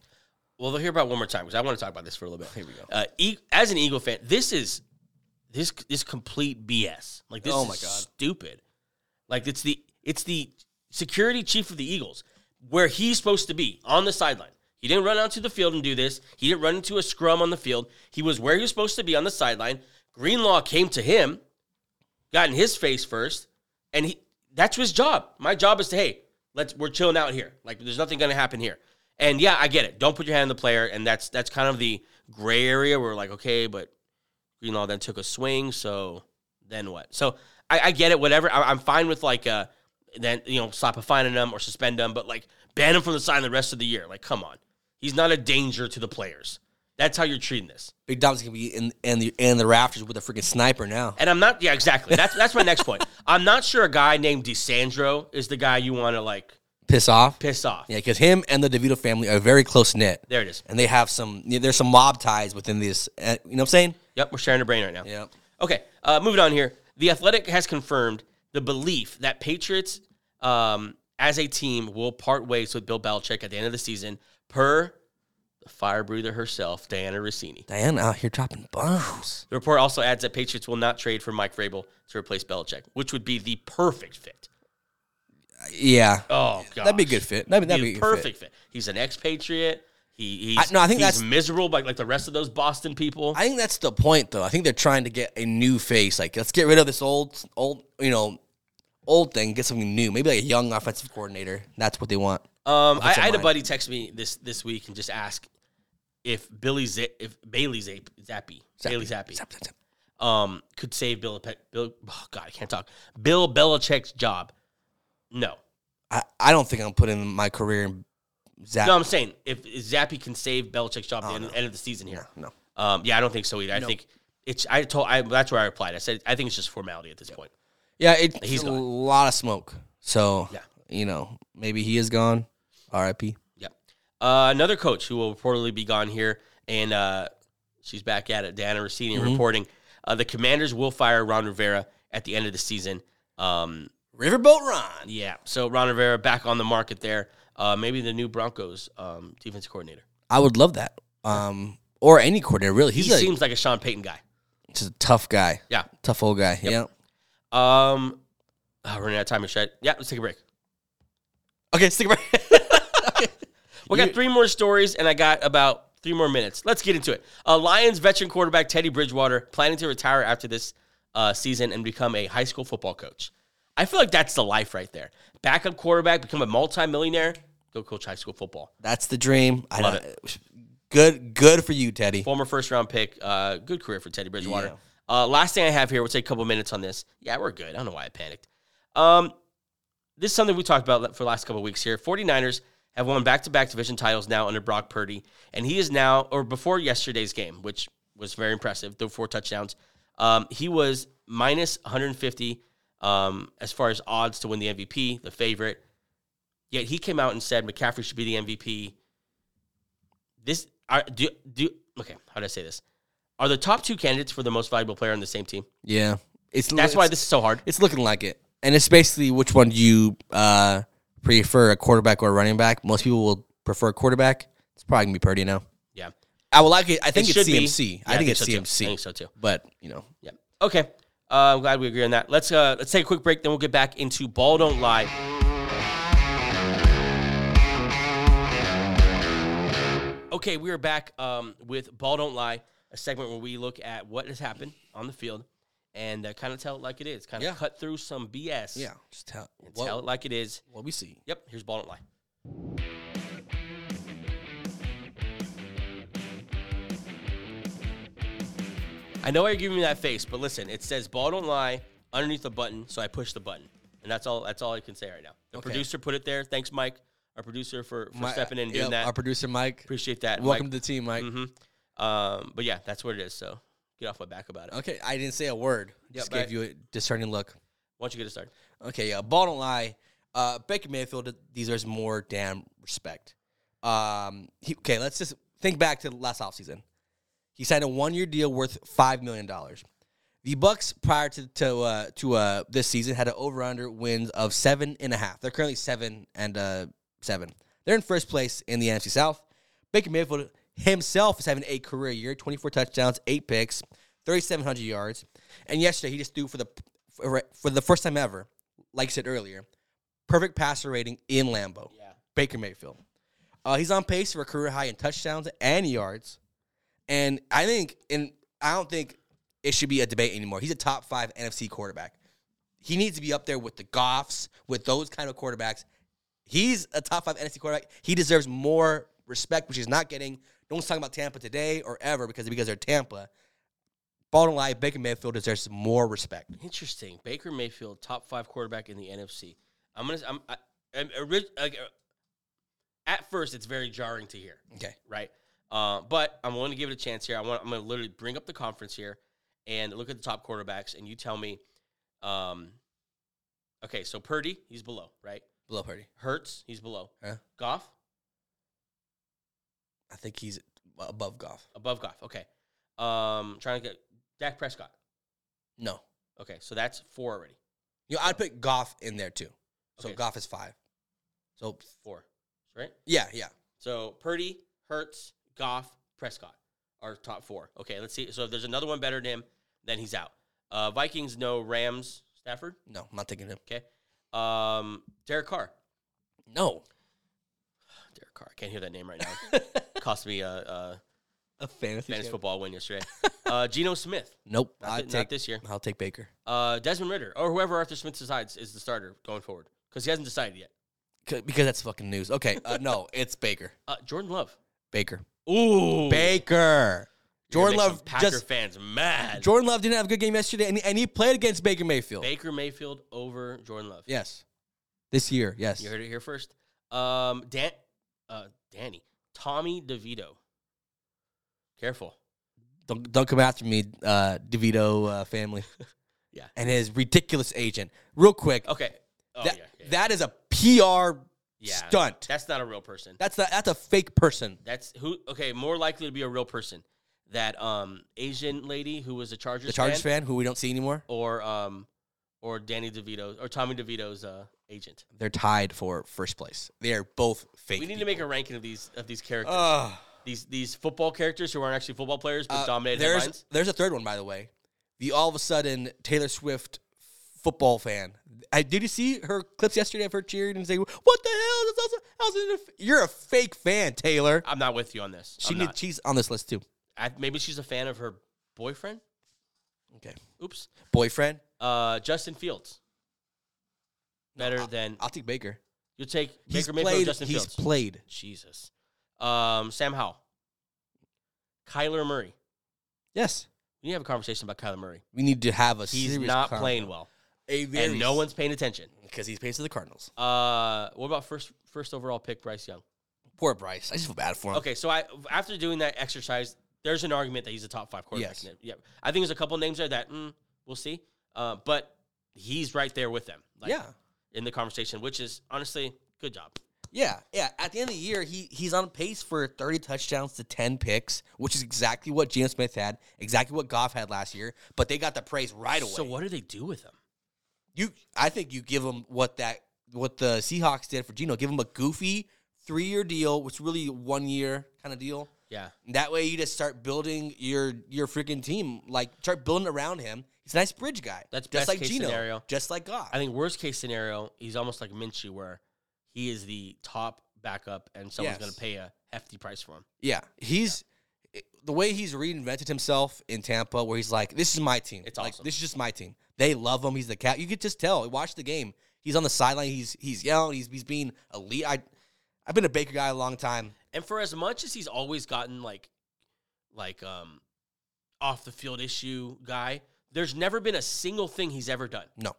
[SPEAKER 1] Well, they'll hear about it one more time because I want to talk about this for a little bit. Here we go. Uh, e- as an Eagle fan, this is this is complete BS. Like this
[SPEAKER 2] Oh
[SPEAKER 1] is
[SPEAKER 2] my God.
[SPEAKER 1] stupid. Like it's the it's the security chief of the Eagles where he's supposed to be on the sideline. He didn't run out to the field and do this. He didn't run into a scrum on the field. He was where he was supposed to be on the sideline. Greenlaw came to him, got in his face first, and he that's his job. My job is to hey, let's we're chilling out here. Like there's nothing gonna happen here. And yeah, I get it. Don't put your hand on the player, and that's that's kind of the gray area where we're like, okay, but Greenlaw then took a swing, so then what? So I, I get it, whatever. I, I'm fine with like uh then you know slap a fine on him or suspend him, but like ban him from the side the rest of the year. Like, come on, he's not a danger to the players. That's how you're treating this.
[SPEAKER 2] Big Dom's gonna be in in the in the rafters with a freaking sniper now.
[SPEAKER 1] And I'm not, yeah, exactly. That's that's my next point. I'm not sure a guy named DeSandro is the guy you want to like
[SPEAKER 2] Piss off.
[SPEAKER 1] piss off.
[SPEAKER 2] Yeah, because him and the DeVito family are very close knit,
[SPEAKER 1] There it is.
[SPEAKER 2] and they have some. yeah, There's some mob ties within this. Uh, you know what I'm saying?
[SPEAKER 1] Yep, we're sharing a brain right now.
[SPEAKER 2] Yep.
[SPEAKER 1] Okay, uh, moving on here. The Athletic has confirmed the belief that Patriots, um, as a team, will part ways with Bill Belichick at the end of the season, per the fire breather herself, Diana Rossini.
[SPEAKER 2] Diane out here dropping bombs.
[SPEAKER 1] The report also adds that Patriots will not trade for Mike Vrabel to replace Belichick, which would be the perfect fit.
[SPEAKER 2] Yeah,
[SPEAKER 1] Oh, God.
[SPEAKER 2] Uh, that'd be a good fit. That'd, be- that'd
[SPEAKER 1] He's
[SPEAKER 2] be a good Fit.
[SPEAKER 1] perfect fit. He's an expatriate. He, he's,
[SPEAKER 2] I- no, I think
[SPEAKER 1] he's
[SPEAKER 2] that's-
[SPEAKER 1] miserable like, like the rest of those Boston people.
[SPEAKER 2] I think that's the point, though. I think they're trying to get a new face. Like, let's get rid of this old, old, you know, old thing. Get something new. Maybe like a young offensive coordinator. That's what they want.
[SPEAKER 1] um, I, I
[SPEAKER 2] in
[SPEAKER 1] had a
[SPEAKER 2] mind.
[SPEAKER 1] buddy text me this this week and just ask if Billy Z- if Bailey Zapp, Zappy, Bailey Zappy,
[SPEAKER 2] Zap, zap, zap.
[SPEAKER 1] um could save Bill Pe- Bill oh God I can't talk Bill Belichick's job. No,
[SPEAKER 2] I, I don't think I'm putting my career in Zap.
[SPEAKER 1] no, I'm saying if Zappy can save Belichick's job at the end, end of the season here.
[SPEAKER 2] no.
[SPEAKER 1] Um, yeah, I don't think so either. I think it's I told I that's where I replied. I said I think it's just formality at this point.
[SPEAKER 2] Yeah, it's
[SPEAKER 1] He's
[SPEAKER 2] a
[SPEAKER 1] gone.
[SPEAKER 2] lot of smoke. So,
[SPEAKER 1] Yeah.
[SPEAKER 2] you know, maybe he is gone. R.I.P.
[SPEAKER 1] Yep. Uh, another coach who will reportedly be gone here, and uh, she's back at it. Dana Rossini
[SPEAKER 2] Mm-hmm.
[SPEAKER 1] reporting uh, the Commanders will fire Ron Rivera at the end of the season. Um,
[SPEAKER 2] Riverboat Ron.
[SPEAKER 1] yeah, so Ron Rivera back on the market there. Uh, maybe the new Broncos um, defense coordinator.
[SPEAKER 2] I would love that. Um, or any coordinator really. He's
[SPEAKER 1] he
[SPEAKER 2] a,
[SPEAKER 1] seems like a Sean Payton guy.
[SPEAKER 2] just a tough guy.
[SPEAKER 1] Yeah.
[SPEAKER 2] Tough old guy. Yeah.
[SPEAKER 1] Um, oh, we're running out of time, Shed. Yeah, let's take a break.
[SPEAKER 2] Okay, stick around.
[SPEAKER 1] We got three more stories, and I got about three more minutes. Let's get into it. Uh, Lions veteran quarterback Teddy Bridgewater planning to retire after this uh, season and become a high school football coach. I feel like that's the life right there. Backup quarterback, become a multimillionaire, go coach high school football.
[SPEAKER 2] That's the dream. I
[SPEAKER 1] Love
[SPEAKER 2] love it. Good, good for you, Teddy.
[SPEAKER 1] Former first round pick, uh, good career for Teddy Bridgewater.
[SPEAKER 2] Yeah.
[SPEAKER 1] Uh, last thing I have here, we'll take a couple minutes on this. Yeah, we're good. I don't know why I panicked. Um, this is something we talked about for the last couple of weeks here. 49ers have won back-to-back division titles now under Brock Purdy, and he is now, or before yesterday's game, which was very impressive, the four touchdowns, um, he was minus 150 um, as far as odds to win the MVP, the favorite. Yet he came out and said McCaffrey should be the MVP. This are do do okay. How did I say this? Are the top two candidates for the most valuable player on the same team?
[SPEAKER 2] Yeah, it's
[SPEAKER 1] That's why
[SPEAKER 2] it's-
[SPEAKER 1] this is so hard.
[SPEAKER 2] it's looking like it, and it's basically which one do you uh, prefer, a quarterback or a running back? Most people will prefer a quarterback. It's probably gonna be Purdy now.
[SPEAKER 1] Yeah,
[SPEAKER 2] I would like it. I think
[SPEAKER 1] It
[SPEAKER 2] it's
[SPEAKER 1] should be.
[SPEAKER 2] CMC.
[SPEAKER 1] Yeah,
[SPEAKER 2] I, think it's
[SPEAKER 1] so too.
[SPEAKER 2] CMC.
[SPEAKER 1] I think so too.
[SPEAKER 2] But you know,
[SPEAKER 1] Yeah. Okay. Uh, I'm glad we agree on that. Let's uh, let's take a quick break, then we'll get back into Ball Don't Lie. Okay, we are back um, with Ball Don't Lie, a segment where we look at what has happened on the field and uh, kind of tell it like it is, kind of
[SPEAKER 2] Yeah.
[SPEAKER 1] cut through some BS.
[SPEAKER 2] yeah, just tell
[SPEAKER 1] and
[SPEAKER 2] what,
[SPEAKER 1] tell it like it is.
[SPEAKER 2] what we see.
[SPEAKER 1] Yep, here's Ball Don't Lie. I know you're giving me that face, but listen, it says Ball Don't Lie underneath the button, so I push the button. And that's all that's all I can say right now. The
[SPEAKER 2] Okay.
[SPEAKER 1] producer put it there. Thanks, Mike. our producer, for, for
[SPEAKER 2] My-
[SPEAKER 1] stepping in and doing
[SPEAKER 2] yep,
[SPEAKER 1] that.
[SPEAKER 2] Our producer Mike.
[SPEAKER 1] Appreciate that.
[SPEAKER 2] Welcome to the team, Mike.
[SPEAKER 1] hmm Um, but yeah, that's what it is. So get off my back about it.
[SPEAKER 2] Okay, I didn't say a word. Just
[SPEAKER 1] but-
[SPEAKER 2] gave you a discerning look.
[SPEAKER 1] Why don't you get it started?
[SPEAKER 2] Okay, yeah. Bottom line, uh, Baker Mayfield deserves more damn respect. Um, he, okay, let's just think back to last offseason. He signed a one-year deal worth five million dollars. The Bucks prior to to uh, to uh, this season had an over/under wins of seven and a half. They're currently seven and uh, seven. They're in first place in the NFC South. Baker Mayfield himself is having a career year: twenty-four touchdowns, eight picks, thirty-seven hundred yards. And yesterday he just threw for the for, for the first time ever, like I said earlier, perfect passer rating in Lambeau.
[SPEAKER 1] Yeah.
[SPEAKER 2] Baker Mayfield. Uh, he's on pace for a career high in touchdowns and yards. And I think, and I don't think it should be a debate anymore. He's a top five NFC quarterback. He needs to be up there with the Goffs, with those kind of quarterbacks. He's a top five NFC quarterback. He deserves more respect, which he's not getting. No one's talking about Tampa today or ever because because they're Tampa. Bottom line, Baker Mayfield deserves more respect.
[SPEAKER 1] Interesting. Baker Mayfield, top five quarterback in the NFC. I'm gonna. I'm. I, I'm orig- like, uh, at first, it's very jarring to hear,
[SPEAKER 2] Okay.
[SPEAKER 1] right? Uh, but I'm willing to give it a chance here. I want. I'm gonna literally bring up the conference here and look at the top quarterbacks, and you tell me. Um, okay, so Purdy, he's below, right?
[SPEAKER 2] Below Purdy.
[SPEAKER 1] Hertz, he's below.
[SPEAKER 2] Huh?
[SPEAKER 1] Goff,
[SPEAKER 2] I think he's above Goff.
[SPEAKER 1] above Goff. Okay. Um, trying to get Dak Prescott.
[SPEAKER 2] No.
[SPEAKER 1] Okay, so that's four already.
[SPEAKER 2] You know, I'd put Goff in there too. So
[SPEAKER 1] Okay.
[SPEAKER 2] Goff is five. So
[SPEAKER 1] Four, right?
[SPEAKER 2] yeah, yeah.
[SPEAKER 1] So Purdy, Hertz, Goff, Prescott are top four. Okay, let's see. So if there's another one better than him, then he's out. Uh, Vikings, no. Rams, Stafford.
[SPEAKER 2] No, I'm not taking him.
[SPEAKER 1] Okay. Um, Derek Carr.
[SPEAKER 2] No.
[SPEAKER 1] Derek Carr. I can't hear that name right now. Cost me a, a
[SPEAKER 2] A fantasy.
[SPEAKER 1] fantasy football win yesterday. Uh, Geno Smith.
[SPEAKER 2] Nope.
[SPEAKER 1] Not,
[SPEAKER 2] I'd
[SPEAKER 1] thi- not
[SPEAKER 2] take
[SPEAKER 1] this year.
[SPEAKER 2] I'll take Baker.
[SPEAKER 1] Uh, Desmond Ritter or whoever Arthur Smith decides is the starter going forward because he hasn't decided yet.
[SPEAKER 2] 'Cause- Because that's fucking news. Okay. Uh, no, it's Baker.
[SPEAKER 1] Uh, Jordan Love.
[SPEAKER 2] Baker.
[SPEAKER 1] Ooh,
[SPEAKER 2] Baker. Jordan Love
[SPEAKER 1] Packer
[SPEAKER 2] just
[SPEAKER 1] fans mad.
[SPEAKER 2] Jordan Love didn't have a good game yesterday and, and he played against Baker Mayfield.
[SPEAKER 1] Baker Mayfield over Jordan Love.
[SPEAKER 2] Yes. This year, yes.
[SPEAKER 1] You heard it here first. Um, Dan, uh, Danny, Tommy DeVito. Careful.
[SPEAKER 2] Don't don't come after me, uh, DeVito uh, family.
[SPEAKER 1] Yeah.
[SPEAKER 2] And his ridiculous agent. Real quick.
[SPEAKER 1] Okay. Oh,
[SPEAKER 2] that,
[SPEAKER 1] yeah, yeah,
[SPEAKER 2] that is a PR
[SPEAKER 1] yeah.
[SPEAKER 2] stunt.
[SPEAKER 1] That's not a real person.
[SPEAKER 2] That's a, that's a fake person.
[SPEAKER 1] That's who. Okay, more likely to be a real person. That um Asian lady who was a Chargers,
[SPEAKER 2] The Chargers fan who we don't see anymore,
[SPEAKER 1] or um or Danny DeVito or Tommy DeVito's uh agent.
[SPEAKER 2] they're tied for first place. They are both fake.
[SPEAKER 1] We need to make a ranking of these of these characters.
[SPEAKER 2] Ugh.
[SPEAKER 1] these these football characters who aren't actually football players but
[SPEAKER 2] Uh,
[SPEAKER 1] dominate
[SPEAKER 2] there's
[SPEAKER 1] headlines.
[SPEAKER 2] there's a third one by the way. The all of a sudden Taylor Swift football fan. I did you see her clips yesterday of her cheering and saying, "What the hell? That's also, how's it a f- you're a fake fan, Taylor."
[SPEAKER 1] I'm not with you on this.
[SPEAKER 2] She
[SPEAKER 1] I'm
[SPEAKER 2] need,
[SPEAKER 1] not.
[SPEAKER 2] she's on this list too.
[SPEAKER 1] I, maybe she's a fan of her boyfriend.
[SPEAKER 2] Okay,
[SPEAKER 1] Oops.
[SPEAKER 2] boyfriend.
[SPEAKER 1] Uh, Justin Fields. Better than
[SPEAKER 2] I'll take Baker.
[SPEAKER 1] you'll take
[SPEAKER 2] He's
[SPEAKER 1] Baker Mayfield,
[SPEAKER 2] played.
[SPEAKER 1] Justin
[SPEAKER 2] he's
[SPEAKER 1] Fields.
[SPEAKER 2] played.
[SPEAKER 1] Jesus. Um, Sam Howell. Kyler Murray.
[SPEAKER 2] Yes,
[SPEAKER 1] We need to have a conversation about Kyler Murray.
[SPEAKER 2] we need to have a.
[SPEAKER 1] He's
[SPEAKER 2] serious
[SPEAKER 1] not
[SPEAKER 2] con-
[SPEAKER 1] playing well,
[SPEAKER 2] a
[SPEAKER 1] and no one's paying attention.
[SPEAKER 2] because he's paid to the Cardinals.
[SPEAKER 1] Uh, what about first first overall pick Bryce Young?
[SPEAKER 2] Poor Bryce. I just feel bad for him.
[SPEAKER 1] Okay, so I after doing that exercise, there's an argument that he's a top five quarterback.
[SPEAKER 2] Yes.
[SPEAKER 1] Yep. I think there's a couple names there that mm, we'll see, uh, but he's right there with them. Like,
[SPEAKER 2] yeah.
[SPEAKER 1] in the conversation, which is honestly good job.
[SPEAKER 2] Yeah, yeah. At the end of the year, he he's on pace for 30 touchdowns to 10 picks, which is exactly what Geno Smith had, exactly what Goff had last year. But they got the praise right away.
[SPEAKER 1] So what do they do with him?
[SPEAKER 2] you, I think you give him what that what the Seahawks did for Geno. Give him a goofy three year deal, which really one year kind of deal.
[SPEAKER 1] Yeah.
[SPEAKER 2] That way, you just start building your your freaking team. Like start building around him. He's a nice bridge guy.
[SPEAKER 1] That's
[SPEAKER 2] just
[SPEAKER 1] best
[SPEAKER 2] like
[SPEAKER 1] case
[SPEAKER 2] Geno,
[SPEAKER 1] scenario.
[SPEAKER 2] just like Goff.
[SPEAKER 1] I think worst case scenario, he's almost like Minshew, where he is the top backup, and someone's
[SPEAKER 2] Yes.
[SPEAKER 1] going to pay a hefty price for him.
[SPEAKER 2] yeah, he's. eh, The way he's reinvented himself in Tampa, where he's like, "This is my team.
[SPEAKER 1] It's
[SPEAKER 2] like
[SPEAKER 1] awesome.
[SPEAKER 2] this is just my team. They love him. He's the cat. You could just tell. Watch the game. He's on the sideline. He's he's yelling. He's he's being elite. I, I've been a Baker guy a long time.
[SPEAKER 1] And for as much as he's always gotten like, like um, off the field issue guy, there's never been a single thing he's ever done.
[SPEAKER 2] No,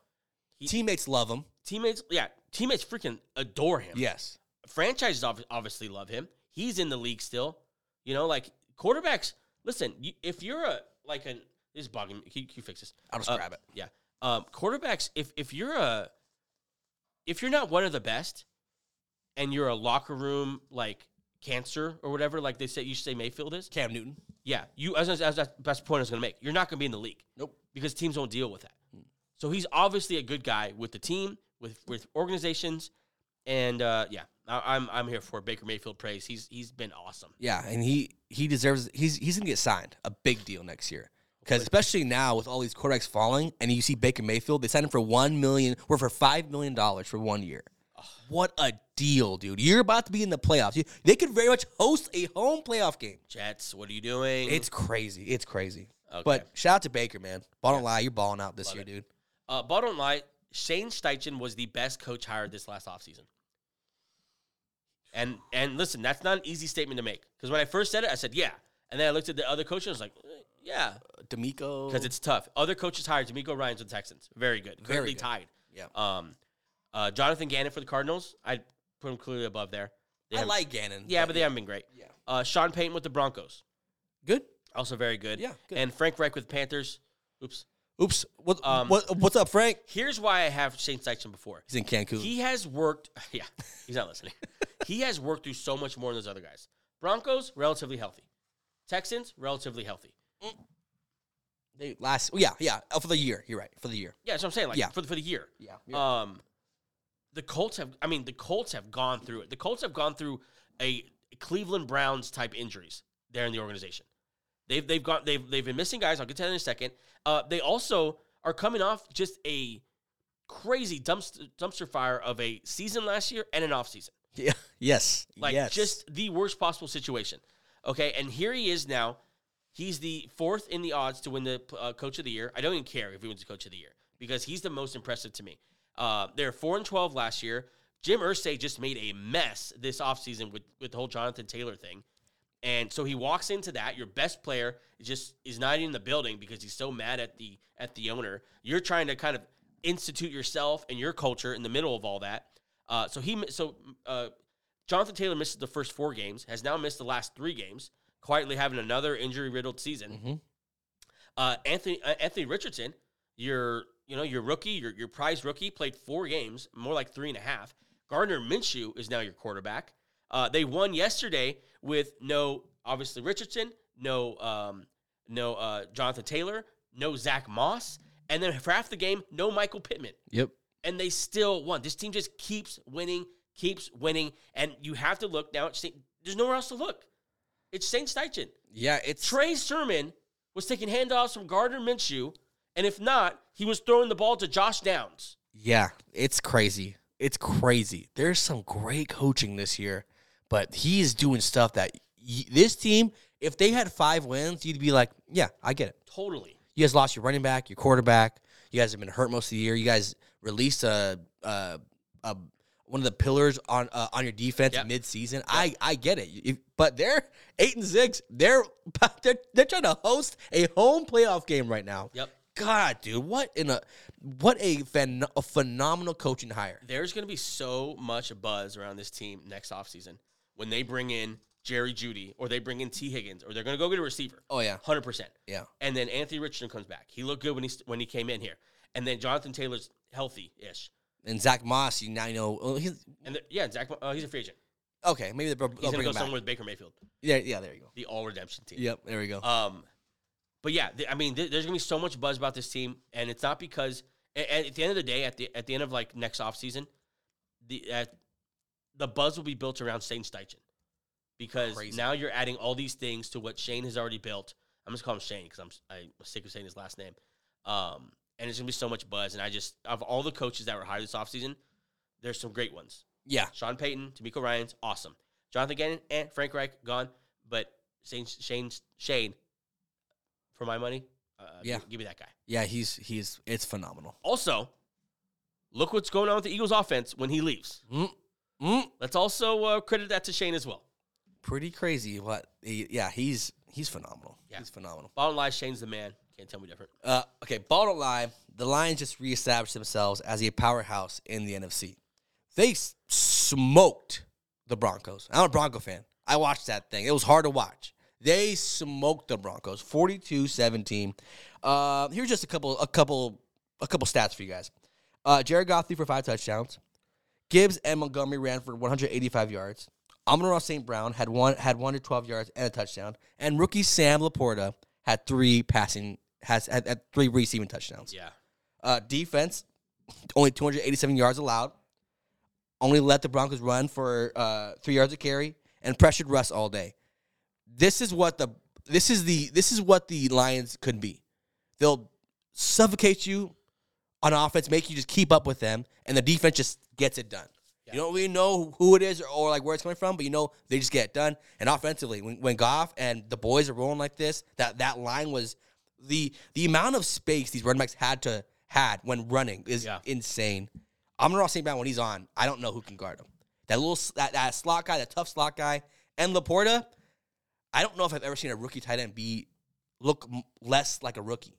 [SPEAKER 1] He-
[SPEAKER 2] teammates love him.
[SPEAKER 1] Teammates, yeah, teammates freaking adore him.
[SPEAKER 2] Yes,
[SPEAKER 1] Franchises ob- obviously love him. He's in the league still. You know, like quarterbacks. Listen, you, if you're a like an this is bugging. Me. Can, you- can you fix this?
[SPEAKER 2] I'll just
[SPEAKER 1] Uh,
[SPEAKER 2] grab it.
[SPEAKER 1] Yeah. Um, quarterbacks. If if you're a if you're not one of the best, and you're a locker room like cancer or whatever, like they say, you say Mayfield is.
[SPEAKER 2] Cam Newton.
[SPEAKER 1] Yeah, you as as that's the best point I was going to make. You're not going to be in the league.
[SPEAKER 2] Nope.
[SPEAKER 1] because teams don't deal with that. So he's obviously a good guy with the team, with with organizations, and uh, yeah, I, I'm I'm here for Baker Mayfield praise. He's he's been awesome.
[SPEAKER 2] Yeah, and he he deserves. He's he's gonna get signed a big deal next year because especially now with all these quarterbacks falling, and you see Baker Mayfield, they signed him for one million or for five million dollars for one year. What a deal, dude! You're about to be in the playoffs. You- They could very much host a home playoff game.
[SPEAKER 1] Jets, what are you doing?
[SPEAKER 2] It's crazy. It's crazy.
[SPEAKER 1] Mm-hmm. Okay.
[SPEAKER 2] But shout out to Baker, man. Bottom line, you're balling out this year, dude.
[SPEAKER 1] uh, bottom line. Shane Steichen was the best coach hired this last offseason. And and listen, that's not an easy statement to make because when I first said it, I said yeah, and then I looked at the other coach and I was like, eh, yeah,
[SPEAKER 2] D'Amico.
[SPEAKER 1] because it's tough. Other coaches hired D'Amico Ryan's with the Texans, very good, currently
[SPEAKER 2] good.
[SPEAKER 1] tied.
[SPEAKER 2] yeah.
[SPEAKER 1] Um, uh, Jonathan Gannon for the Cardinals, I'd put him clearly above there. They
[SPEAKER 2] I
[SPEAKER 1] have-
[SPEAKER 2] like Gannon.
[SPEAKER 1] yeah, but they haven't been great.
[SPEAKER 2] Yeah.
[SPEAKER 1] Uh, Sean Payton with the Broncos,
[SPEAKER 2] good.
[SPEAKER 1] also very good.
[SPEAKER 2] Yeah, good.
[SPEAKER 1] And Frank Reich with Panthers. Oops.
[SPEAKER 2] Oops. What,
[SPEAKER 1] Um,
[SPEAKER 2] what what's up, Frank?
[SPEAKER 1] Here's why I have Shane Steichen before.
[SPEAKER 2] He's in Cancun.
[SPEAKER 1] He has worked. Yeah, he's not listening. he has worked through so much more than those other guys. Broncos relatively healthy. Texans relatively healthy.
[SPEAKER 2] They last. Yeah, yeah. Oh, for the year. You're right. For the year. Uh,
[SPEAKER 1] Yeah, that's what I'm saying. Like
[SPEAKER 2] Yeah.
[SPEAKER 1] for the, for the year.
[SPEAKER 2] Yeah.
[SPEAKER 1] Um, the Colts have. I mean, the Colts have gone through it. The Colts have gone through a Cleveland Browns type injuries there in the organization. They've they've gone they've they've been missing guys. I'll get to that in a second. Uh, they also are coming off just a crazy dumpster dumpster fire of a season last year and an off season.
[SPEAKER 2] Yeah. Yes.
[SPEAKER 1] Like
[SPEAKER 2] yes.
[SPEAKER 1] just the worst possible situation. Okay, and here he is now. He's the fourth in the odds to win the uh, coach of the year. I don't even care if he wins the coach of the year because he's the most impressive to me. Uh, they're four and twelve last year. Jim Ursay just made a mess this offseason with with the whole Jonathan Taylor thing. And so he walks into that. Your best player just is not in the building because he's so mad at the at the owner. You're trying to kind of institute yourself and your culture in the middle of all that. Uh, so he mi- so uh, Jonathan Taylor misses the first four games. Has now missed the last three games. Quietly having another injury riddled season. Uh, Anthony uh, Anthony Richardson, your you know your rookie, your your prize rookie, played four games, more like three and a half. Gardner Minshew is now your quarterback. Uh, they won yesterday with no obviously Richardson, no um, no uh, Jonathan Taylor, no Zach Moss, and then for half the game, no Michael Pittman
[SPEAKER 2] Yep.
[SPEAKER 1] and they still won. This team just keeps winning, keeps winning, and you have to look now. At Saint, there's nowhere else to look. It's Saint Steichen.
[SPEAKER 2] Yeah. It's
[SPEAKER 1] Trey Sermon was taking handoffs from Gardner Minshew, and if not, he was throwing the ball to Josh Downs.
[SPEAKER 2] yeah. It's crazy. It's crazy. There's some great coaching this year, but he is doing stuff that y- this team. If they had five wins, you'd be like, yeah, I get it.
[SPEAKER 1] Totally.
[SPEAKER 2] You guys lost your running back, your quarterback. You guys have been hurt most of the year. You guys released a, a, a one of the pillars on uh, on your defense
[SPEAKER 1] Yep.
[SPEAKER 2] midseason. I I get it, You- but they're eight and six. They're they're they're trying to host a home playoff game right now.
[SPEAKER 1] Yep.
[SPEAKER 2] God, dude, what in a what a, phen- a phenomenal coaching hire.
[SPEAKER 1] There's going to be so much buzz around this team next offseason when they bring in Jerry Judy or they bring in T Higgins or they're going to go get a receiver.
[SPEAKER 2] Oh yeah,
[SPEAKER 1] 100%.
[SPEAKER 2] yeah,
[SPEAKER 1] And then Anthony Richardson comes back. He looked good when he when he came in here. And then Jonathan Taylor's healthy ish.
[SPEAKER 2] and Zach Moss. You now you know oh, he's
[SPEAKER 1] And the- yeah, Zach, uh, he's a free agent.
[SPEAKER 2] okay. Maybe they'll,
[SPEAKER 1] He's
[SPEAKER 2] they'll
[SPEAKER 1] gonna
[SPEAKER 2] bring
[SPEAKER 1] go
[SPEAKER 2] him back.
[SPEAKER 1] somewhere with Baker Mayfield,
[SPEAKER 2] Yeah, yeah, there you go.
[SPEAKER 1] the all redemption team.
[SPEAKER 2] Yep, there we go.
[SPEAKER 1] Um, but yeah, th- I mean, th- there's gonna be so much buzz about this team, and it's not because a- and at the end of the day, at the at the end of like next offseason, the at, the buzz will be built around Shane Steichen because
[SPEAKER 2] Crazy.
[SPEAKER 1] now you're adding all these things to what Shane has already built. I'm just calling him Shane because I'm s- I'm sick of saying his last name. Um, and it's gonna be so much buzz, and I just of all the coaches that were hired this offseason, there's some great ones.
[SPEAKER 2] yeah,
[SPEAKER 1] Sean Payton, D'Amico Ryan's awesome. Jonathan Gannon and Frank Reich gone, but Shane Shane Shane for my money, uh,
[SPEAKER 2] Yeah.
[SPEAKER 1] give me that guy.
[SPEAKER 2] yeah. He's he's it's phenomenal.
[SPEAKER 1] Also, look what's going on with the Eagles offense when he leaves.
[SPEAKER 2] Mm, mm.
[SPEAKER 1] Let's also uh, credit that to Shane as well.
[SPEAKER 2] pretty crazy. What? He, yeah, he's he's phenomenal.
[SPEAKER 1] Yeah.
[SPEAKER 2] He's phenomenal.
[SPEAKER 1] Bottom line, Shane's the man. Can't tell me different.
[SPEAKER 2] Uh, okay, bottom line, the Lions just reestablished themselves as a powerhouse in the NFC. They s- smoked the Broncos. I'm a Bronco fan. I watched that thing. It was hard to watch. They smoked the Broncos 42-17. Uh, here's just a couple a couple a couple stats for you guys. Uh, Jared Goff threw for five touchdowns. Gibbs and Montgomery ran for 185 yards. Amon Ross St. Brown had one had 112 yards and a touchdown. And rookie Sam Laporta had three passing has had, had three receiving touchdowns.
[SPEAKER 1] Yeah.
[SPEAKER 2] Uh, defense only 287 yards allowed. Only let the Broncos run for uh, three yards of carry and pressured Russ all day. This is what the this is the this is what the Lions could be. They'll suffocate you on offense, make you just keep up with them, and the defense just gets it done. You don't really know who it is or, or like where it's coming from, but you know they just get it done. And offensively, when, when Goff and the boys are rolling like this, that that line was the the amount of space these running backs had to had when running is
[SPEAKER 1] Yeah.
[SPEAKER 2] insane. Amon Ross St. Brown when he's on, I don't know who can guard him. That little s- that, that slot guy, that tough slot guy, and Laporta. I don't know if I've ever seen a rookie tight end be look m- less like a rookie.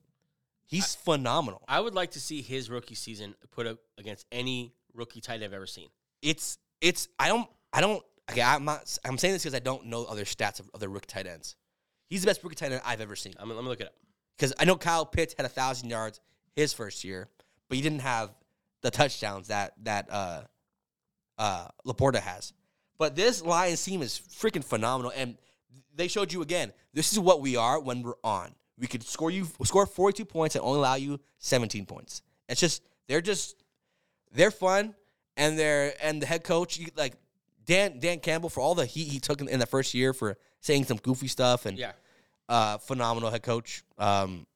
[SPEAKER 2] He's phenomenal.
[SPEAKER 1] I would like to see his rookie season put up against any rookie tight end I've ever seen.
[SPEAKER 2] it's it's I don't I don't okay, I'm not I'm saying this because I don't know other stats of other rookie tight ends. He's the best rookie tight end I've ever seen
[SPEAKER 1] I'm, I'm gonna look it up.
[SPEAKER 2] because I know Kyle Pitts had a thousand yards his first year, but he didn't have the touchdowns that that uh, uh, Laporta has. But this Lions team is freaking phenomenal, and they showed you again. This is what we are when we're on. We could score you score forty two points and only allow you seventeen points. It's just they're just they're fun, and they're and the head coach you- like Dan Dan Campbell for all the heat he took in, in the first year for saying some goofy stuff and
[SPEAKER 1] Yeah.
[SPEAKER 2] uh, phenomenal head coach, um,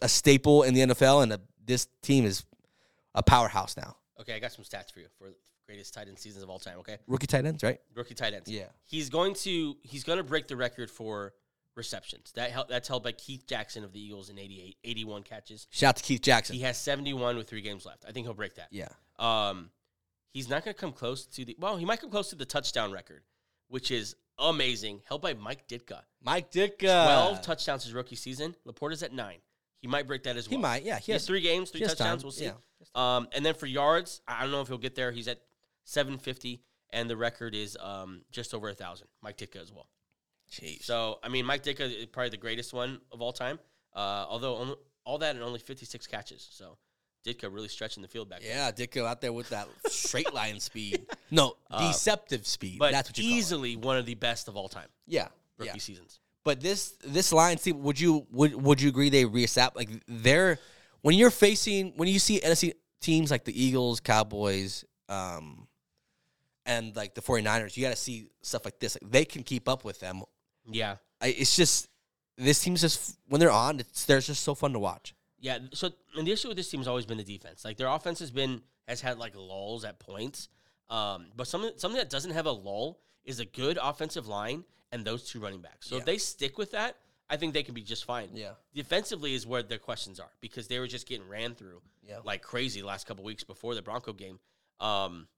[SPEAKER 2] a staple in the NFL, and a, this team is a powerhouse now.
[SPEAKER 1] Okay, I got some stats for you for greatest tight end seasons of all time. Okay,
[SPEAKER 2] Rookie tight ends, right?
[SPEAKER 1] rookie tight ends.
[SPEAKER 2] Yeah.
[SPEAKER 1] he's going to he's going to break the record for receptions. That hel- that's held by Keith Jackson of the Eagles in 88, 81 catches.
[SPEAKER 2] Shout out to Keith Jackson.
[SPEAKER 1] He has 71 with three games left. I think he'll break that.
[SPEAKER 2] yeah,
[SPEAKER 1] Um, he's not going to come close to the well. He might come close to the touchdown record, which is amazing, held by Mike Ditka.
[SPEAKER 2] Mike Dick. uh,
[SPEAKER 1] 12 touchdowns his rookie season. Laporta's at nine. He might break that as
[SPEAKER 2] he
[SPEAKER 1] well.
[SPEAKER 2] might. Yeah,
[SPEAKER 1] He
[SPEAKER 2] he
[SPEAKER 1] has
[SPEAKER 2] has.
[SPEAKER 1] three games, three
[SPEAKER 2] he has
[SPEAKER 1] touchdowns.
[SPEAKER 2] time.
[SPEAKER 1] We'll see.
[SPEAKER 2] Yeah.
[SPEAKER 1] Um, and then for yards, I I don't know if he'll get there. He's at 750, and the record is um, just over a 1,000. Mike Ditka as well.
[SPEAKER 2] Jeez.
[SPEAKER 1] So, I mean, Mike Ditka is probably the greatest one of all time, uh, although on, all that and only 56 catches. So, Ditka really stretching the field back there.
[SPEAKER 2] yeah, Dick out there with that straight line speed. No, deceptive speed.
[SPEAKER 1] Uh, But
[SPEAKER 2] That's what you call it.
[SPEAKER 1] easily one of the best of all time
[SPEAKER 2] Yeah,
[SPEAKER 1] rookie
[SPEAKER 2] yeah.
[SPEAKER 1] seasons.
[SPEAKER 2] But this this Lions team, would you would would you agree they reestablish like they're when you're facing when you see NFC teams like the Eagles, Cowboys, um, and like the 49ers, you got to see stuff like this. Like, they can keep up with them.
[SPEAKER 1] Yeah.
[SPEAKER 2] I, it's just this team's just when they're on, it's they're just so fun to watch.
[SPEAKER 1] Yeah. So, and the issue with this team has always been the defense. Like their offense has been has had like lulls at points, um, but something something that doesn't have a lull is a good offensive line and those two running backs. So if
[SPEAKER 2] Yeah.
[SPEAKER 1] they stick with that, I think they can be just fine.
[SPEAKER 2] Yeah.
[SPEAKER 1] Defensively is where the questions are because they were just getting ran through
[SPEAKER 2] Yeah.
[SPEAKER 1] like crazy last couple weeks before the Bronco game. Um,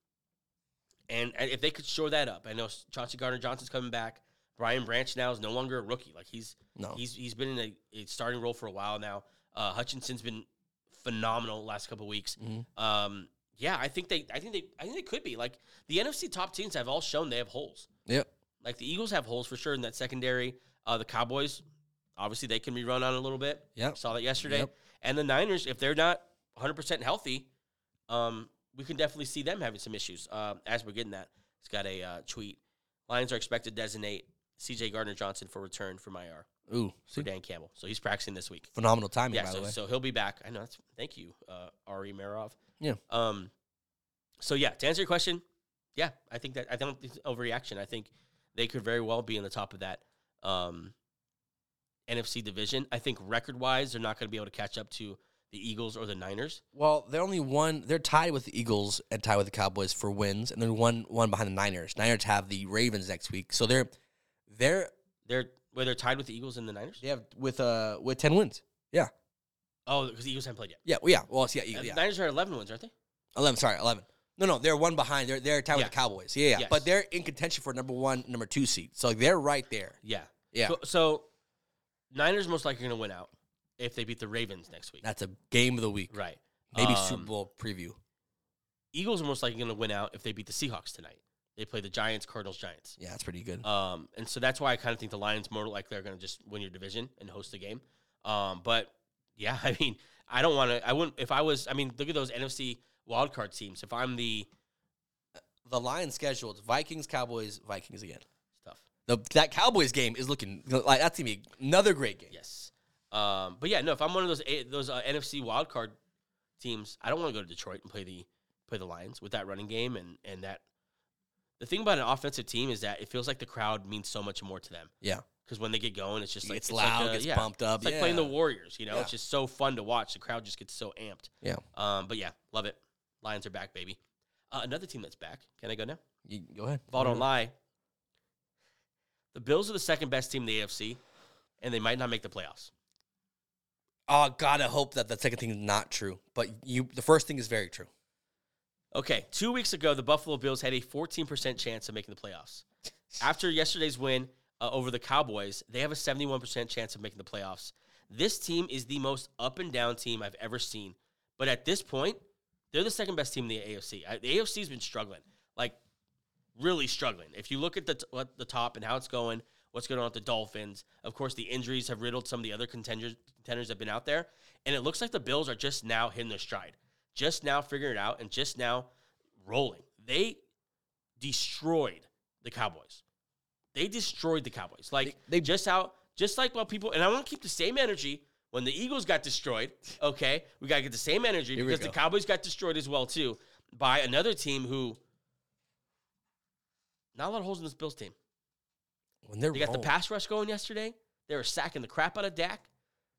[SPEAKER 1] and, and if they could shore that up, I know Chauncey Gardner Johnson's coming back. Brian Branch now is no longer a rookie. Like he's
[SPEAKER 2] No.
[SPEAKER 1] he's he's been in a, a starting role for a while now. Uh, Hutchinson's been phenomenal last couple weeks.
[SPEAKER 2] Mhm.
[SPEAKER 1] Um, yeah, I think they I think they I think they could be like the NFC top teams have all shown they have holes.
[SPEAKER 2] Yep.
[SPEAKER 1] Like the Eagles have holes for sure in that secondary. Uh, the Cowboys, obviously, they can be run on a little bit.
[SPEAKER 2] Yep.
[SPEAKER 1] saw that yesterday.
[SPEAKER 2] Yep.
[SPEAKER 1] And the Niners, if they're not 100 percent healthy, um, we can definitely see them having some issues. Uh, as we're getting that, it's got a uh, tweet. Lions are expected to designate C.J. Gardner Johnson for return from IR
[SPEAKER 2] Ooh,
[SPEAKER 1] for
[SPEAKER 2] see,
[SPEAKER 1] Dan Campbell, so he's practicing this week.
[SPEAKER 2] phenomenal timing
[SPEAKER 1] Yeah,
[SPEAKER 2] by
[SPEAKER 1] so,
[SPEAKER 2] the way.
[SPEAKER 1] so he'll be back. I know. That's, thank you, uh, Ari Marov.
[SPEAKER 2] Yeah.
[SPEAKER 1] Um. So yeah, to answer your question, yeah, I think that I don't think it's overreaction. I think they could very well be in the top of that um, NFC division. I think record wise, they're not going to be able to catch up to the Eagles or the Niners.
[SPEAKER 2] Well, they're only one. They're tied with the Eagles and tied with the Cowboys for wins, and they're one one behind the Niners. Niners have the Ravens next week, so they're they're
[SPEAKER 1] They're where they're tied with the Eagles and the Niners.
[SPEAKER 2] they have with uh with ten wins. Yeah,
[SPEAKER 1] Oh, because the Eagles haven't played yet.
[SPEAKER 2] yeah, well, yeah. Well, it's, yeah, Eagle-
[SPEAKER 1] And
[SPEAKER 2] E, yeah.
[SPEAKER 1] The Niners are at eleven wins, aren't they?
[SPEAKER 2] Eleven. Sorry, eleven. No, no, they're one behind. They're they're tied
[SPEAKER 1] Yeah.
[SPEAKER 2] with the Cowboys. Yeah, yeah.
[SPEAKER 1] Yes.
[SPEAKER 2] But they're in contention for number one, number two seed. So like, they're right there.
[SPEAKER 1] Yeah.
[SPEAKER 2] Yeah,
[SPEAKER 1] So, so Niners most likely going to win out if they beat the Ravens next week.
[SPEAKER 2] that's a game of the week.
[SPEAKER 1] Right.
[SPEAKER 2] Maybe
[SPEAKER 1] Um,
[SPEAKER 2] Super Bowl preview.
[SPEAKER 1] Eagles are most likely going to win out if they beat the Seahawks tonight. They play the Giants, Cardinals, Giants.
[SPEAKER 2] Yeah, that's pretty good.
[SPEAKER 1] Um, and so that's why I kind of think the Lions more likely are going to just win your division and host the game. Um, but yeah, I mean, I don't want to. I wouldn't if I was. I mean, look at those NFC wildcard teams. If I'm the
[SPEAKER 2] the Lions schedule: it's Vikings, Cowboys, Vikings again.
[SPEAKER 1] stuff,
[SPEAKER 2] The, that Cowboys game is looking like that's gonna be another great game.
[SPEAKER 1] yes. Um, but yeah, no. If I'm one of those eh, those uh, NFC wildcard teams, I don't want to go to Detroit and play the play the Lions with that running game and and that. The thing about an offensive team is that it feels like the crowd means so much more to them.
[SPEAKER 2] Yeah,
[SPEAKER 1] because when they get going, it's just like
[SPEAKER 2] It's
[SPEAKER 1] like
[SPEAKER 2] loud,
[SPEAKER 1] the-
[SPEAKER 2] gets pumped up,
[SPEAKER 1] It's like
[SPEAKER 2] yeah.
[SPEAKER 1] playing the Warriors. You know,
[SPEAKER 2] Yeah.
[SPEAKER 1] it's just so fun to watch. The crowd just gets so amped.
[SPEAKER 2] yeah.
[SPEAKER 1] Um, but yeah, love it. Lions are back, baby. Uh, another team that's back. Can I go now?
[SPEAKER 2] You, go ahead.
[SPEAKER 1] Ball don't lie. The Bills are the second best team in the AFC, and they might not make the playoffs.
[SPEAKER 2] Oh, gotta hope that the second thing is not true, but you the first thing is very true.
[SPEAKER 1] Okay, two weeks ago, the Buffalo Bills had a 14% chance of making the playoffs. After yesterday's win uh, over the Cowboys, they have a 71% chance of making the playoffs. This team is the most up and down team I've ever seen. But at this point, they're the second best team in the AFC. I, the AFC's been struggling, like really struggling. If you look at the, t- what the top and how it's going, what's going on with the Dolphins, of course, the injuries have riddled some of the other contenders, contenders that have been out there. And it looks like the Bills are just now hitting their stride, just now figuring it out, and just now rolling. They destroyed the Cowboys. They destroyed the Cowboys. Like
[SPEAKER 2] They-
[SPEAKER 1] they,
[SPEAKER 2] they-
[SPEAKER 1] just how just like while people and I want to keep the same energy when the Eagles got destroyed. Okay, we gotta get the same energy
[SPEAKER 2] we
[SPEAKER 1] because the
[SPEAKER 2] go.
[SPEAKER 1] Cowboys got destroyed as well too by another team who not a lot of holes in this Bills team.
[SPEAKER 2] When they're
[SPEAKER 1] They got the
[SPEAKER 2] rolling.
[SPEAKER 1] pass rush going yesterday. They were sacking the crap out of Dak.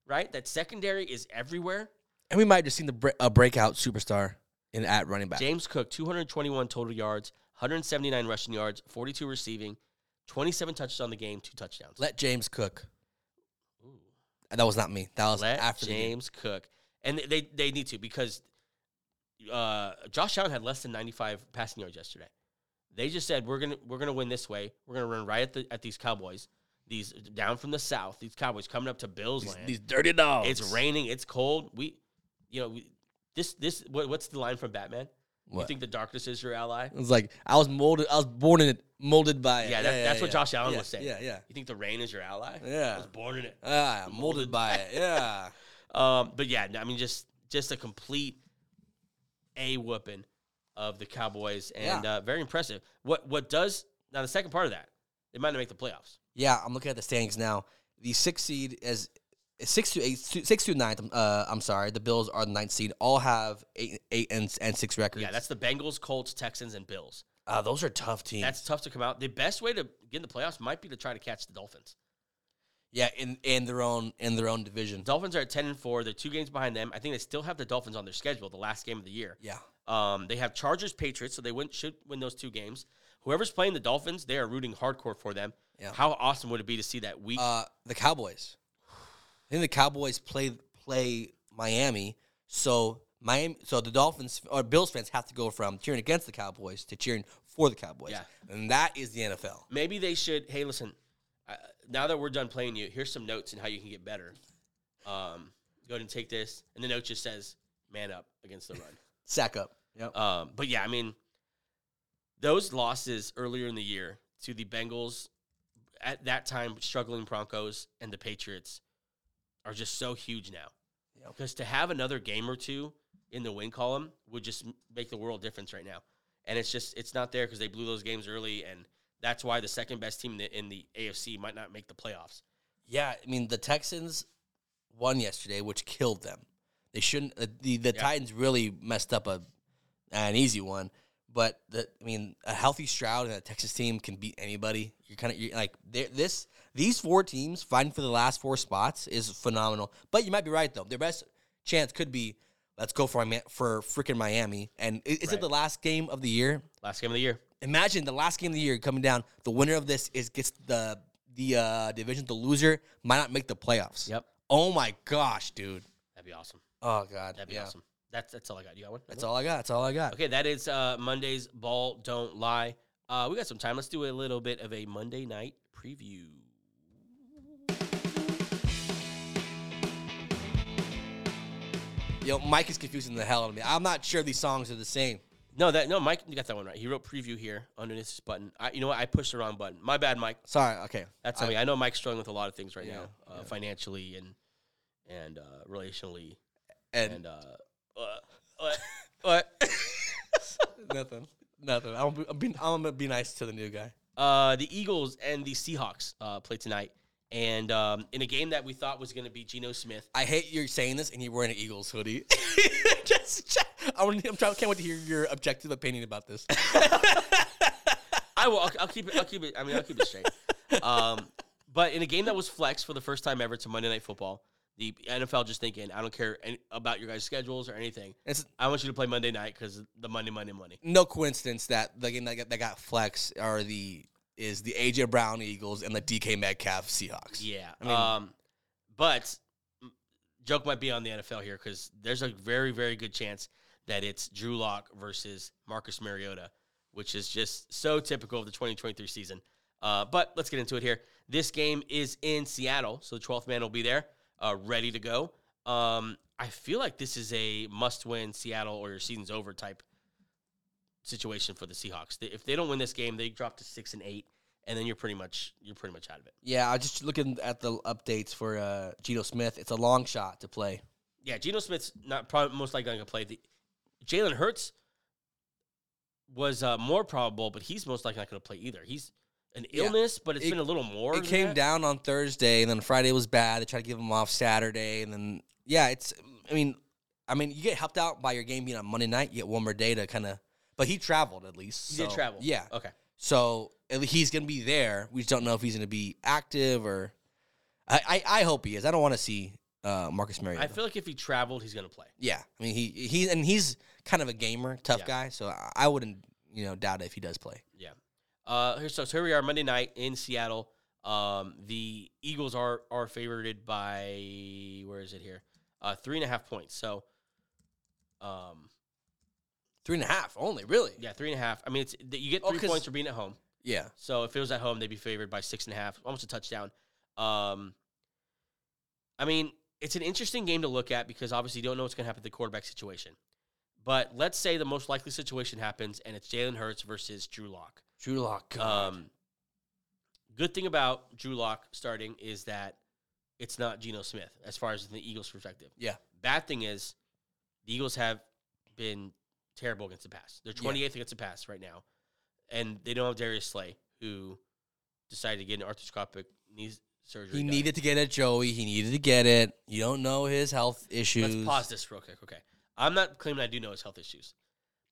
[SPEAKER 1] Right, that secondary is everywhere.
[SPEAKER 2] and we might just seen the bre- a breakout superstar in at running back.
[SPEAKER 1] James Cook, 221 total yards, 179 rushing yards, 42 receiving, 27 touches on the game, two touchdowns.
[SPEAKER 2] Let James cook. That was not me. That was
[SPEAKER 1] Let
[SPEAKER 2] after the game.
[SPEAKER 1] James Cook, and they, they they need to because uh, Josh Allen had less than 95 passing yards yesterday. They just said we're gonna we're gonna win this way. We're gonna run right at the at these Cowboys. These down from the south. These Cowboys coming up to Bills land.
[SPEAKER 2] These dirty dogs.
[SPEAKER 1] it's raining. It's cold. We, you know, we, this this what, what's the line from Batman? You
[SPEAKER 2] What?
[SPEAKER 1] think the darkness is your ally?
[SPEAKER 2] It's like I was molded. I was born in it, molded by it.
[SPEAKER 1] Yeah, that, that's what
[SPEAKER 2] yeah.
[SPEAKER 1] Josh Allen
[SPEAKER 2] Yeah,
[SPEAKER 1] was saying.
[SPEAKER 2] Yeah, yeah.
[SPEAKER 1] You think the rain is your ally?
[SPEAKER 2] Yeah.
[SPEAKER 1] I was born in it.
[SPEAKER 2] Ah, molded, by it. Yeah.
[SPEAKER 1] Um, but yeah, I mean, just just a complete a whooping of the Cowboys, and
[SPEAKER 2] Yeah.
[SPEAKER 1] uh, very impressive. What what does now the second part of that? They might not make the playoffs.
[SPEAKER 2] yeah, I'm looking at the standings now. The six seed is six to eight, six to ninth. Uh, I'm sorry. The Bills are the ninth seed. All have eight, eight and, and six records.
[SPEAKER 1] Yeah, that's the Bengals, Colts, Texans, and Bills.
[SPEAKER 2] uh, those are tough teams.
[SPEAKER 1] That's tough to come out. The best way to get in the playoffs might be to try to catch the Dolphins.
[SPEAKER 2] yeah, in, in their own in their own division.
[SPEAKER 1] Dolphins are at ten and four. They're two games behind them. I think they still have the Dolphins on their schedule, the last game of the year.
[SPEAKER 2] Yeah.
[SPEAKER 1] Um, they have Chargers, Patriots, so they win, should win those two games. Whoever's playing the Dolphins, they are rooting hardcore for them.
[SPEAKER 2] Yeah.
[SPEAKER 1] How awesome would it be to see that week?
[SPEAKER 2] Uh, the Cowboys. I think the Cowboys play play Miami, so Miami, so the Dolphins or Bills fans have to go from cheering against the Cowboys to cheering for the Cowboys,
[SPEAKER 1] Yeah.
[SPEAKER 2] and that is the NFL.
[SPEAKER 1] Maybe they should. Hey, listen. Uh, now that we're done playing you, here's some notes on how you can get better. Um, go ahead and take this, and the note just says "man up" against the run.
[SPEAKER 2] Sack up. Yep.
[SPEAKER 1] Um, but yeah, I mean, those losses earlier in the year to the Bengals, at that time struggling Broncos and the Patriots, are just so huge now.
[SPEAKER 2] Yep.
[SPEAKER 1] Because to have another game or two in the win column would just m- make the world difference right now, and it's just it's not there because they blew those games early, and that's why the second best team in the, in the AFC might not make the playoffs.
[SPEAKER 2] Yeah, I mean the Texans won yesterday, which killed them. They shouldn't. Uh, the the Titans really messed up a an easy one, but the I mean a healthy Stroud and a Texas team can beat anybody. You're kind of you're like they're- this. These four teams fighting for the last four spots is phenomenal. But you might be right though. Their best chance could be let's go for Mi- for freaking Miami. And i- is it
[SPEAKER 1] Right.
[SPEAKER 2] the last game of the year?
[SPEAKER 1] Last game of the year,
[SPEAKER 2] imagine the last game of the year coming down. The winner of this is gets the the uh, division. The loser might not make the playoffs.
[SPEAKER 1] Yep.
[SPEAKER 2] Oh my gosh, dude.
[SPEAKER 1] that'd be awesome.
[SPEAKER 2] Oh god.
[SPEAKER 1] That'd be
[SPEAKER 2] yeah.
[SPEAKER 1] awesome. That's that's all I got. You got one?
[SPEAKER 2] That's all I got. That's all I got.
[SPEAKER 1] Okay, that is uh, Monday's Ball Don't Lie. Uh, we got some time. Let's do a little bit of a Monday night preview.
[SPEAKER 2] Yo, Mike is confusing the hell out of me. I'm not sure these songs are the same.
[SPEAKER 1] No, that no, Mike you got that one right. He wrote preview here underneath this button. I, you know what? I pushed the wrong button. My bad, Mike.
[SPEAKER 2] Sorry. Okay.
[SPEAKER 1] That's
[SPEAKER 2] I-
[SPEAKER 1] on me. I know Mike's struggling with a lot of things right now, uh,
[SPEAKER 2] yeah.
[SPEAKER 1] financially and and uh, relationally,
[SPEAKER 2] and
[SPEAKER 1] and uh, uh, what? what?
[SPEAKER 2] nothing. Nothing. I'm, I'm, being, I'm gonna be nice to the new guy.
[SPEAKER 1] Uh, the Eagles and the Seahawks uh, play tonight, and um, in a game that we thought was going to be Geno Smith.
[SPEAKER 2] I hate you're saying this, and you're wearing an Eagles hoodie. Just, I want, I'm trying, can't wait to hear your objective opinion about this.
[SPEAKER 1] I will. I'll, I'll keep it. I'll keep it. I mean, I'll keep it straight. Um, but in a game that was flexed for the first time ever to Monday Night Football, the NFL just thinking, I don't care any, about your guys' schedules or anything.
[SPEAKER 2] It's
[SPEAKER 1] I want you to play Monday night because the Monday, Monday, Monday.
[SPEAKER 2] no coincidence that the game that got, that got flex are the is the AJ Brown Eagles and the DK Metcalf Seahawks.
[SPEAKER 1] Yeah.
[SPEAKER 2] mean-
[SPEAKER 1] um, but mm, joke might be on the NFL here because there's a very, very good chance that it's Drew Lock versus Marcus Mariota, which is just so typical of the 2023 season. Uh, but let's get into it here. This game is in Seattle, so the 12th man will be there, uh, ready to go. Um, I feel like this is a must-win Seattle or your season's over type situation for the Seahawks. They- If they don't win this game, they drop to six and eight, and then you're pretty much you're pretty much out of it.
[SPEAKER 2] Yeah, I was just looking at the updates for uh, Geno Smith. It's a long shot to play.
[SPEAKER 1] Yeah, Geno Smith's not probably most likely going to play. The, Jalen Hurts was uh, more probable, but he's most likely not going to play either. He's an illness, but it's
[SPEAKER 2] It-
[SPEAKER 1] been a little more.
[SPEAKER 2] It
[SPEAKER 1] than
[SPEAKER 2] came
[SPEAKER 1] that.
[SPEAKER 2] down on Thursday, and then Friday was bad. They tried to give him off Saturday, and then yeah, it's. I mean, I mean, you get helped out by your game being on Monday night. You get one more day to kind of. But he traveled at least.
[SPEAKER 1] He did
[SPEAKER 2] so-
[SPEAKER 1] travel.
[SPEAKER 2] Yeah.
[SPEAKER 1] Okay.
[SPEAKER 2] So at le- he's going to be there. We just don't know if he's going to be active or. I, I, I hope he is. I don't want to see uh, Marcus Mariota.
[SPEAKER 1] I feel like if he traveled, he's going to play.
[SPEAKER 2] yeah, I mean he he and he's kind of a gamer, tough
[SPEAKER 1] Yeah.
[SPEAKER 2] guy. So I, I wouldn't you know doubt it if he does play.
[SPEAKER 1] Yeah. Uh, here, so, so here we are Monday night in Seattle. Um, the Eagles are are favored by where is it here? Uh, three and a half points. So, um,
[SPEAKER 2] Three and a half only, really?
[SPEAKER 1] yeah, three and a half. I mean, it's you get
[SPEAKER 2] Oh,
[SPEAKER 1] three
[SPEAKER 2] 'cause-
[SPEAKER 1] points for being at home.
[SPEAKER 2] Yeah.
[SPEAKER 1] So if it was at home, they'd be favored by six and a half, almost a touchdown. Um, I mean, it's an interesting game to look at because obviously you don't know what's going to happen at the quarterback situation. But let's say the most likely situation happens, and it's Jalen Hurts versus Drew Lock.
[SPEAKER 2] Drew Lock.
[SPEAKER 1] Um, good thing about Drew Lock starting is that it's not Geno Smith as far as the Eagles' perspective.
[SPEAKER 2] yeah.
[SPEAKER 1] Bad thing is the Eagles have been terrible against the pass. They're 28th against the pass right now, and they don't have Darius Slay, who decided to get an arthroscopic knee surgery.
[SPEAKER 2] He
[SPEAKER 1] done.
[SPEAKER 2] needed to get it, Joey. He needed to get it. You don't know his health issues.
[SPEAKER 1] Let's pause this real quick. Okay, I'm not claiming I do know his health issues,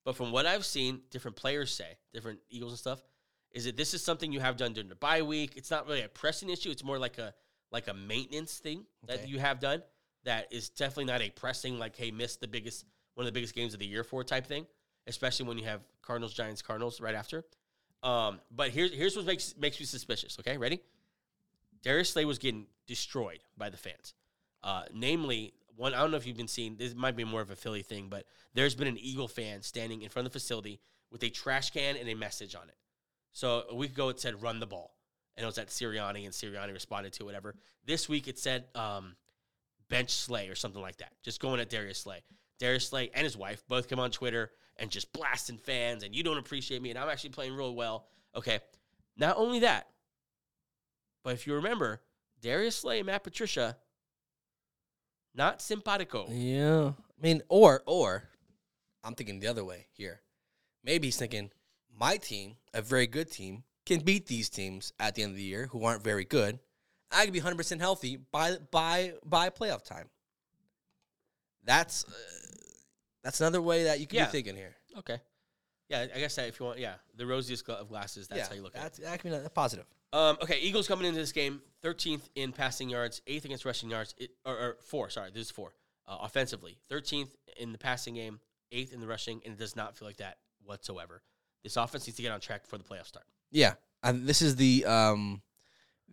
[SPEAKER 1] but from what I've seen, different players say, different Eagles and stuff, is that this is something you have done during the bye week. It's not really a pressing issue. It's more like a like a maintenance thing that
[SPEAKER 2] Okay.
[SPEAKER 1] you have done. That is definitely not a pressing like, hey, missed the biggest one of the biggest games of the year for type thing, especially when you have Cardinals, Giants, Cardinals right after. Um, but here's here's what makes makes me suspicious. Okay, ready? Darius Slay was getting destroyed by the fans. Uh, namely, one I don't know if you've been seeing this might be more of a Philly thing, but there's been an Eagle fan standing in front of the facility with a trash can and a message on it. So a week ago it said "run the ball," and it was at Sirianni, and Sirianni responded to whatever. This week it said um, bench Slay or something like that. Just going at Darius Slay. Darius Slay and his wife both come on Twitter and just blasting fans and you don't appreciate me and I'm actually playing real well. Okay. Not only that, but if you remember, Darius Slay and Matt Patricia, not simpatico.
[SPEAKER 2] Yeah. I mean, or or I'm thinking the other way here. Maybe he's thinking my team, a very good team, can beat these teams at the end of the year who aren't very good. I could be 100% healthy by by by playoff time. That's uh, that's another way that you could
[SPEAKER 1] Yeah.
[SPEAKER 2] be thinking here.
[SPEAKER 1] Okay. Yeah, I guess that if you want, yeah, the rosiest gla- of glasses, that's
[SPEAKER 2] yeah,
[SPEAKER 1] how you look at it.
[SPEAKER 2] that's, That could be a positive.
[SPEAKER 1] Um, okay, Eagles coming into this game, 13th in passing yards, 8th against rushing yards, it, or, or four, sorry, this is four, uh, offensively. 13th in the passing game, 8th in the rushing, and it does not feel like that whatsoever. This offense needs to get on track for the playoff start.
[SPEAKER 2] Yeah, and this is the um,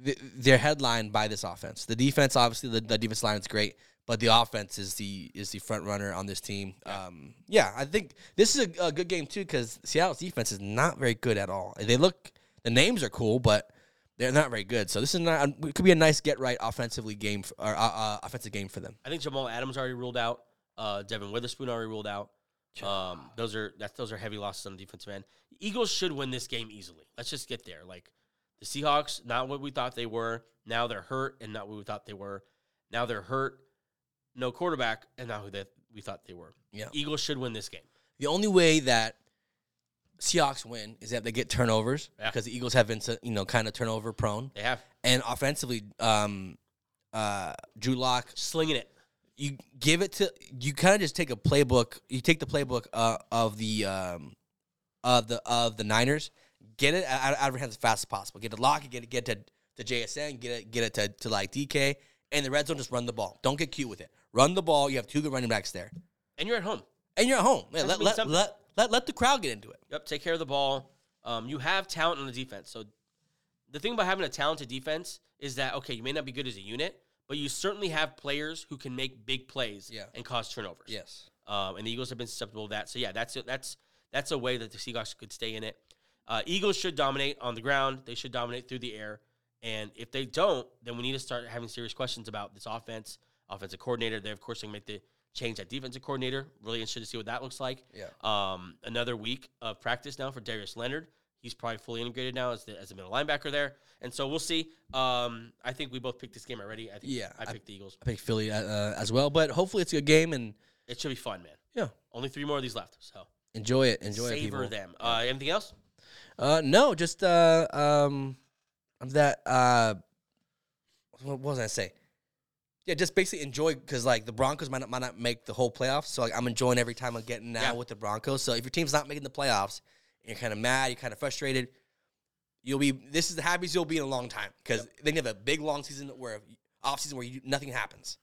[SPEAKER 2] th they're headlined by this offense. The defense, obviously, the, the defense line is great, but the offense is the is the front runner on this team. Um, yeah, I think this is a, a good game too because Seattle's defense is not very good at all. They look the names are cool, but they're not very good. So this is not it could be a nice get right offensively game f- or uh, uh, offensive game for them.
[SPEAKER 1] I think Jamal Adams already ruled out, uh, Devin Witherspoon already ruled out. Um, those are that's those are heavy losses on the defensive end. Eagles should win this game easily. Let's just get there. Like the Seahawks, not what we thought they were. Now they're hurt and not what we thought they were. Now they're hurt, no quarterback, and not who that we thought they were.
[SPEAKER 2] Yeah.
[SPEAKER 1] Eagles should win this game.
[SPEAKER 2] The only way that Seahawks win is that they get turnovers
[SPEAKER 1] Yeah.
[SPEAKER 2] because the Eagles have been, you know, kind of turnover prone.
[SPEAKER 1] They have
[SPEAKER 2] And offensively, um, uh, Drew Lock,
[SPEAKER 1] slinging it.
[SPEAKER 2] you give it to you. Kind of just take a playbook. You take the playbook uh, of the um, of the of the Niners. Get it out, out of your hands as fast as possible. Get to Lock. Get it. Get to to JSN. Get it. Get it to, to like DK. And the red zone, just run the ball. Don't get cute with it. Run the ball. You have two good running backs there,
[SPEAKER 1] And you're at home.
[SPEAKER 2] and you're at home. Yeah, let,
[SPEAKER 1] mean
[SPEAKER 2] let,
[SPEAKER 1] something.
[SPEAKER 2] let, let, let the crowd get into it.
[SPEAKER 1] Yep, take care of the ball. Um, you have talent on the defense. So the thing about having a talented defense is that okay, you may not be good as a unit, but you certainly have players who can make big plays
[SPEAKER 2] Yeah.
[SPEAKER 1] and cause turnovers.
[SPEAKER 2] Yes.
[SPEAKER 1] Um, and the Eagles have been susceptible to that. So yeah, that's that's that's a way that the Seahawks could stay in it. Uh, Eagles should dominate on the ground. They should dominate through the air. And if they don't, then we need to start having serious questions about this offense, offensive coordinator. They of course can make the change at defensive coordinator. Really interested to see what that looks like.
[SPEAKER 2] Yeah.
[SPEAKER 1] Um, another week of practice now for Darius Leonard. He's probably fully integrated now as the as a middle linebacker there. And so we'll see. Um, I think we both picked this game already. I think
[SPEAKER 2] Yeah,
[SPEAKER 1] I
[SPEAKER 2] I-
[SPEAKER 1] picked the Eagles.
[SPEAKER 2] I picked Philly uh, uh, as well, but hopefully it's a good game and
[SPEAKER 1] It should be fun, man.
[SPEAKER 2] yeah,
[SPEAKER 1] Only three more of these left. So
[SPEAKER 2] enjoy it. Enjoy it,
[SPEAKER 1] savor
[SPEAKER 2] people.
[SPEAKER 1] them. Uh, anything else?
[SPEAKER 2] Uh, no, just uh, um, of that uh, what was I say? Yeah, just basically enjoy because like the Broncos might not, might not make the whole playoffs, so like I'm enjoying every time I'm getting now
[SPEAKER 1] Yeah.
[SPEAKER 2] with the Broncos. So if your team's not making the playoffs, and you're kind of mad, you're kind of frustrated. You'll be this is the happiest you'll be in a long time because then you have a big long season where off season where you, nothing happens.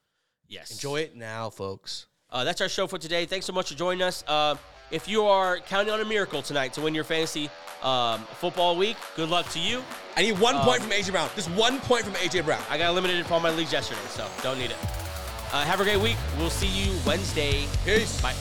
[SPEAKER 1] Yes.
[SPEAKER 2] Enjoy it now, folks.
[SPEAKER 1] Uh, that's our show for today. Thanks so much for joining us. Uh, if you are counting on a miracle tonight to win your fantasy um, football week, good luck to you.
[SPEAKER 2] I need one point from AJ Brown. Just one point from AJ Brown.
[SPEAKER 1] I got limited for all my leagues yesterday, so don't need it. Uh, have a great week. We'll see you Wednesday.
[SPEAKER 2] Peace.
[SPEAKER 1] Bye.